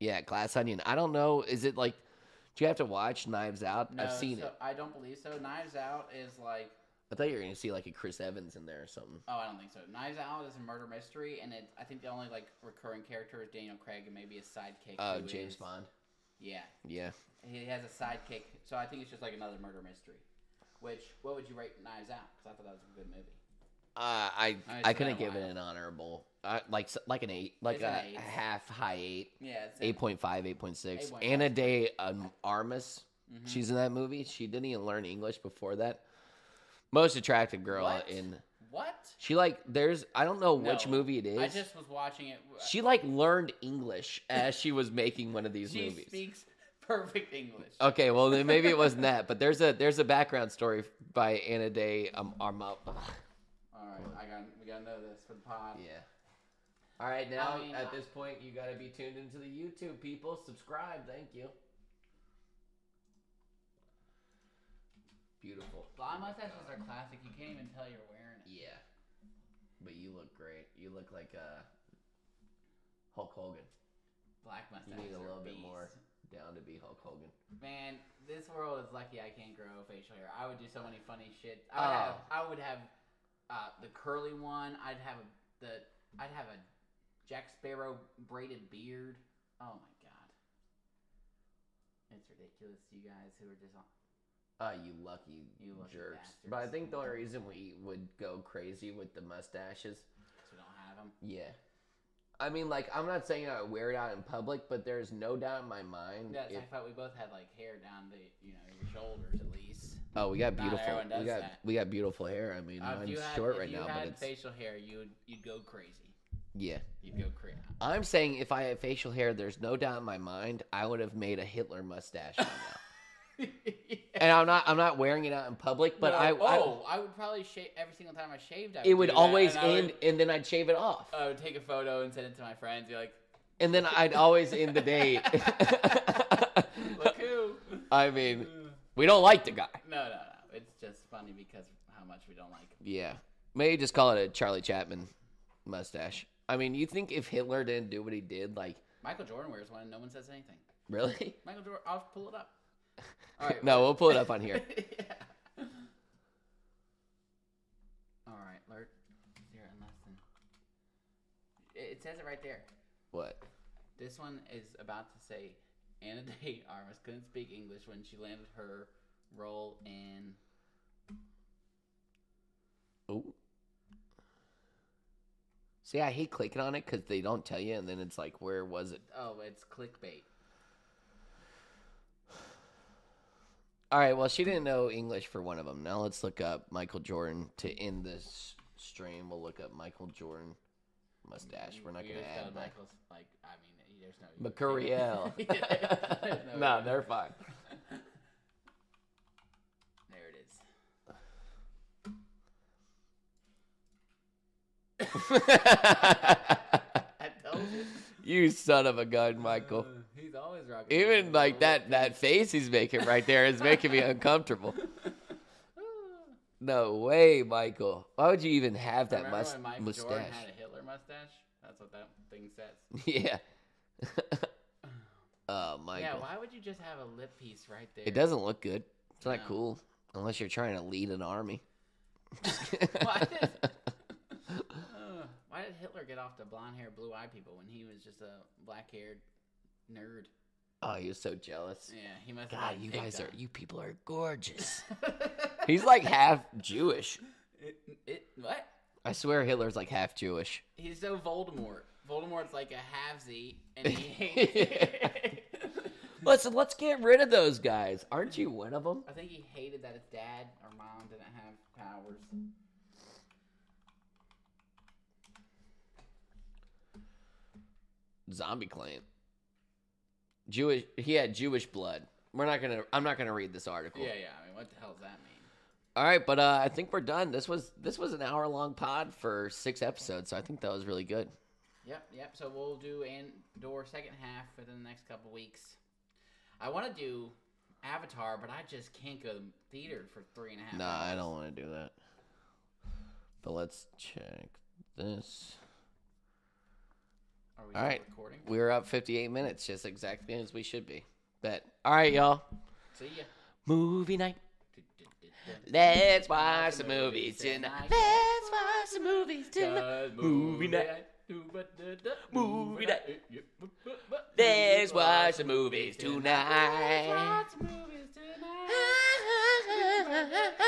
Speaker 1: yeah, glass onion. I don't know. Is it like? Do you have to watch Knives Out?
Speaker 2: No,
Speaker 1: I've seen
Speaker 2: so
Speaker 1: it.
Speaker 2: I don't believe so. Knives Out is like
Speaker 1: I thought you were gonna see like a Chris Evans in there or something.
Speaker 2: Oh, I don't think so. Knives Out is a murder mystery, and it, I think the only like recurring character is Daniel Craig and maybe his sidekick.
Speaker 1: Oh,
Speaker 2: who
Speaker 1: James
Speaker 2: is-
Speaker 1: Bond.
Speaker 2: Yeah,
Speaker 1: Yeah.
Speaker 2: he has a sidekick, so I think it's just like another murder mystery. Which, what would you rate Knives Out? Because I thought that was a good movie.
Speaker 1: Uh, I
Speaker 2: Oh, it's
Speaker 1: I
Speaker 2: been a
Speaker 1: couldn't give it
Speaker 2: while.
Speaker 1: an honorable. Uh, like s- like an eight, like
Speaker 2: It's
Speaker 1: a,
Speaker 2: an eight.
Speaker 1: half high eight.
Speaker 2: Yeah, it's
Speaker 1: 8.5, 8.6.
Speaker 2: 8.5.
Speaker 1: Anna De um, Armas,
Speaker 2: Mhm.
Speaker 1: she's in that movie. She didn't even learn English before that. Most attractive girl
Speaker 2: What?
Speaker 1: in.
Speaker 2: What?
Speaker 1: She like there's I don't know which
Speaker 2: No,
Speaker 1: movie it is.
Speaker 2: I just was watching it.
Speaker 1: she like learned English as she was making one of these
Speaker 2: she
Speaker 1: movies. Oh.
Speaker 2: speaks perfect English.
Speaker 1: Okay, well then maybe it wasn't that, but there's a there's a background story by Anna Day um Arma. ugh,
Speaker 2: All right, I got we gotta know this for the pod.
Speaker 1: Yeah. All right, now
Speaker 2: I mean,
Speaker 1: at
Speaker 2: I-
Speaker 1: this point you got to be tuned into the YouTube people. Subscribe, thank you. Beautiful.
Speaker 2: Blonde mustaches are classic. You can't even tell you're wearing it.
Speaker 1: Yeah. But you look great. You look like uh Hulk Hogan.
Speaker 2: Black mustaches
Speaker 1: You need a
Speaker 2: are
Speaker 1: little bit
Speaker 2: beasts.
Speaker 1: more down to be Hulk Hogan.
Speaker 2: Man, this world is lucky I can't grow facial hair. I would do so many funny shit. I would
Speaker 1: Oh.
Speaker 2: have, I would have uh, the curly one. I'd have a, the I'd have a Jack Sparrow braided beard. Oh my god. It's ridiculous, you guys who are just on.
Speaker 1: Ah, you lucky
Speaker 2: You lucky
Speaker 1: jerks.
Speaker 2: bastards.
Speaker 1: But I think the only reason we would go crazy with the mustaches,
Speaker 2: 'cause we don't have them.
Speaker 1: yeah. I mean, like, I'm not saying I would wear it out in public, but there's no doubt in my mind.
Speaker 2: Yeah, it's
Speaker 1: if-
Speaker 2: like I thought we both had like hair down the you know your shoulders at least.
Speaker 1: oh, we got
Speaker 2: Not
Speaker 1: beautiful.
Speaker 2: everyone
Speaker 1: We
Speaker 2: does
Speaker 1: got
Speaker 2: that.
Speaker 1: we got beautiful hair. I mean,
Speaker 2: Uh, if
Speaker 1: mine's
Speaker 2: you had,
Speaker 1: short
Speaker 2: if
Speaker 1: right
Speaker 2: you
Speaker 1: now,
Speaker 2: had
Speaker 1: but it's
Speaker 2: facial hair, you'd you'd go crazy.
Speaker 1: yeah.
Speaker 2: You'd go crazy.
Speaker 1: I'm saying if I had facial hair, there's no doubt in my mind I would have made a Hitler mustache by now. and I'm not I'm not wearing it out in public, but
Speaker 2: No,
Speaker 1: I, I-
Speaker 2: oh, I, would probably shave every single time I shaved. I would
Speaker 1: it would
Speaker 2: do that,
Speaker 1: always
Speaker 2: and I would- Uh,
Speaker 1: end, and then I'd shave it off,
Speaker 2: I would take a photo and send it to my friends. Be like,
Speaker 1: and then I'd always end the day.
Speaker 2: look who. Mm,
Speaker 1: I mean, we don't like the guy.
Speaker 2: No, no, no. It's just funny because of how much we don't like. him.
Speaker 1: Yeah, maybe just call it a Charlie Chapman mustache. I mean, you think if Hitler didn't do what he did, like
Speaker 2: Michael Jordan wears one and no one says anything.
Speaker 1: really?
Speaker 2: Michael Jordan, I'll pull it up. All right.
Speaker 1: No, we'll pull it up on here.
Speaker 2: yeah. All right, alert. Zero and less than. It it says it right there.
Speaker 1: What?
Speaker 2: This one is about to say Anna de Armas couldn't speak English when she landed her role in.
Speaker 1: Oh. See, I hate clicking on it because they don't tell you, and then it's like, where was it?
Speaker 2: Oh, it's clickbait.
Speaker 1: All right. Well, she didn't know English for one of them. Now let's look up Michael Jordan to end this stream. We'll look up Michael Jordan mustache. We're not
Speaker 2: We
Speaker 1: going to
Speaker 2: just
Speaker 1: add
Speaker 2: got
Speaker 1: that.
Speaker 2: Michael's, like, I mean, there's no.
Speaker 1: Mercurial.
Speaker 2: Yeah, there's
Speaker 1: no,
Speaker 2: way.
Speaker 1: they're fine.
Speaker 2: There it is. I told you.
Speaker 1: you son of a gun, Michael.
Speaker 2: Uh, he's always rocking.
Speaker 1: Even
Speaker 2: it.
Speaker 1: like that that face he's making right there is making me uncomfortable. No way, Michael. Why would you even have that
Speaker 2: Remember
Speaker 1: must-
Speaker 2: when Mike Jordan
Speaker 1: mustache?
Speaker 2: had a Hitler mustache? That's what that thing says.
Speaker 1: yeah. oh, Michael.
Speaker 2: Yeah, why would you just have a lip piece right there?
Speaker 1: It doesn't look good. It's not
Speaker 2: No.
Speaker 1: cool unless you're trying to lead an army.
Speaker 2: Why did, Ugh, Uh, why did Hitler get off to blonde hair, blue eye people when he was just a black haired nerd?
Speaker 1: oh, you're so jealous.
Speaker 2: Yeah, he must. have
Speaker 1: God,
Speaker 2: been
Speaker 1: you
Speaker 2: picked
Speaker 1: guys
Speaker 2: on.
Speaker 1: are you people are gorgeous. He's like half Jewish.
Speaker 2: it, it, what?
Speaker 1: I swear Hitler's like half Jewish.
Speaker 2: He's so Voldemort. Voldemort's like a halvesy, and he.
Speaker 1: Listen, let's get rid of those guys. Aren't you one of them?
Speaker 2: I think he hated that his dad or mom didn't have powers.
Speaker 1: Zombie claim. Jewish. He had Jewish blood. We're not gonna. I'm not gonna read this article.
Speaker 2: Yeah, yeah. I mean, what the hell does that mean?
Speaker 1: All right, but uh, I think we're done. This was this was an hour long pod for six episodes, so I think that was really good.
Speaker 2: Yep, yep. So we'll do Andor second half within the next couple weeks. I want to do Avatar, but I just can't go to the theater for three and a half.
Speaker 1: Nah,
Speaker 2: hours.
Speaker 1: I don't want to do that. But let's check this.
Speaker 2: Are we
Speaker 1: All
Speaker 2: still
Speaker 1: right.
Speaker 2: recording?
Speaker 1: We're up 58 minutes, just exactly as we should be. Bet. All right, y'all.
Speaker 2: See ya.
Speaker 1: Movie night.
Speaker 2: Du- du- du- du-
Speaker 1: Let's watch some movies tonight. Let's watch some movies tonight.
Speaker 2: Cause
Speaker 1: Movie night.
Speaker 2: du- bu- du- du-
Speaker 1: Movie night.
Speaker 2: Yeah, bu- bu- bu-
Speaker 1: Let's watch some movies
Speaker 2: Let's
Speaker 1: tonight.
Speaker 2: watch movies tonight.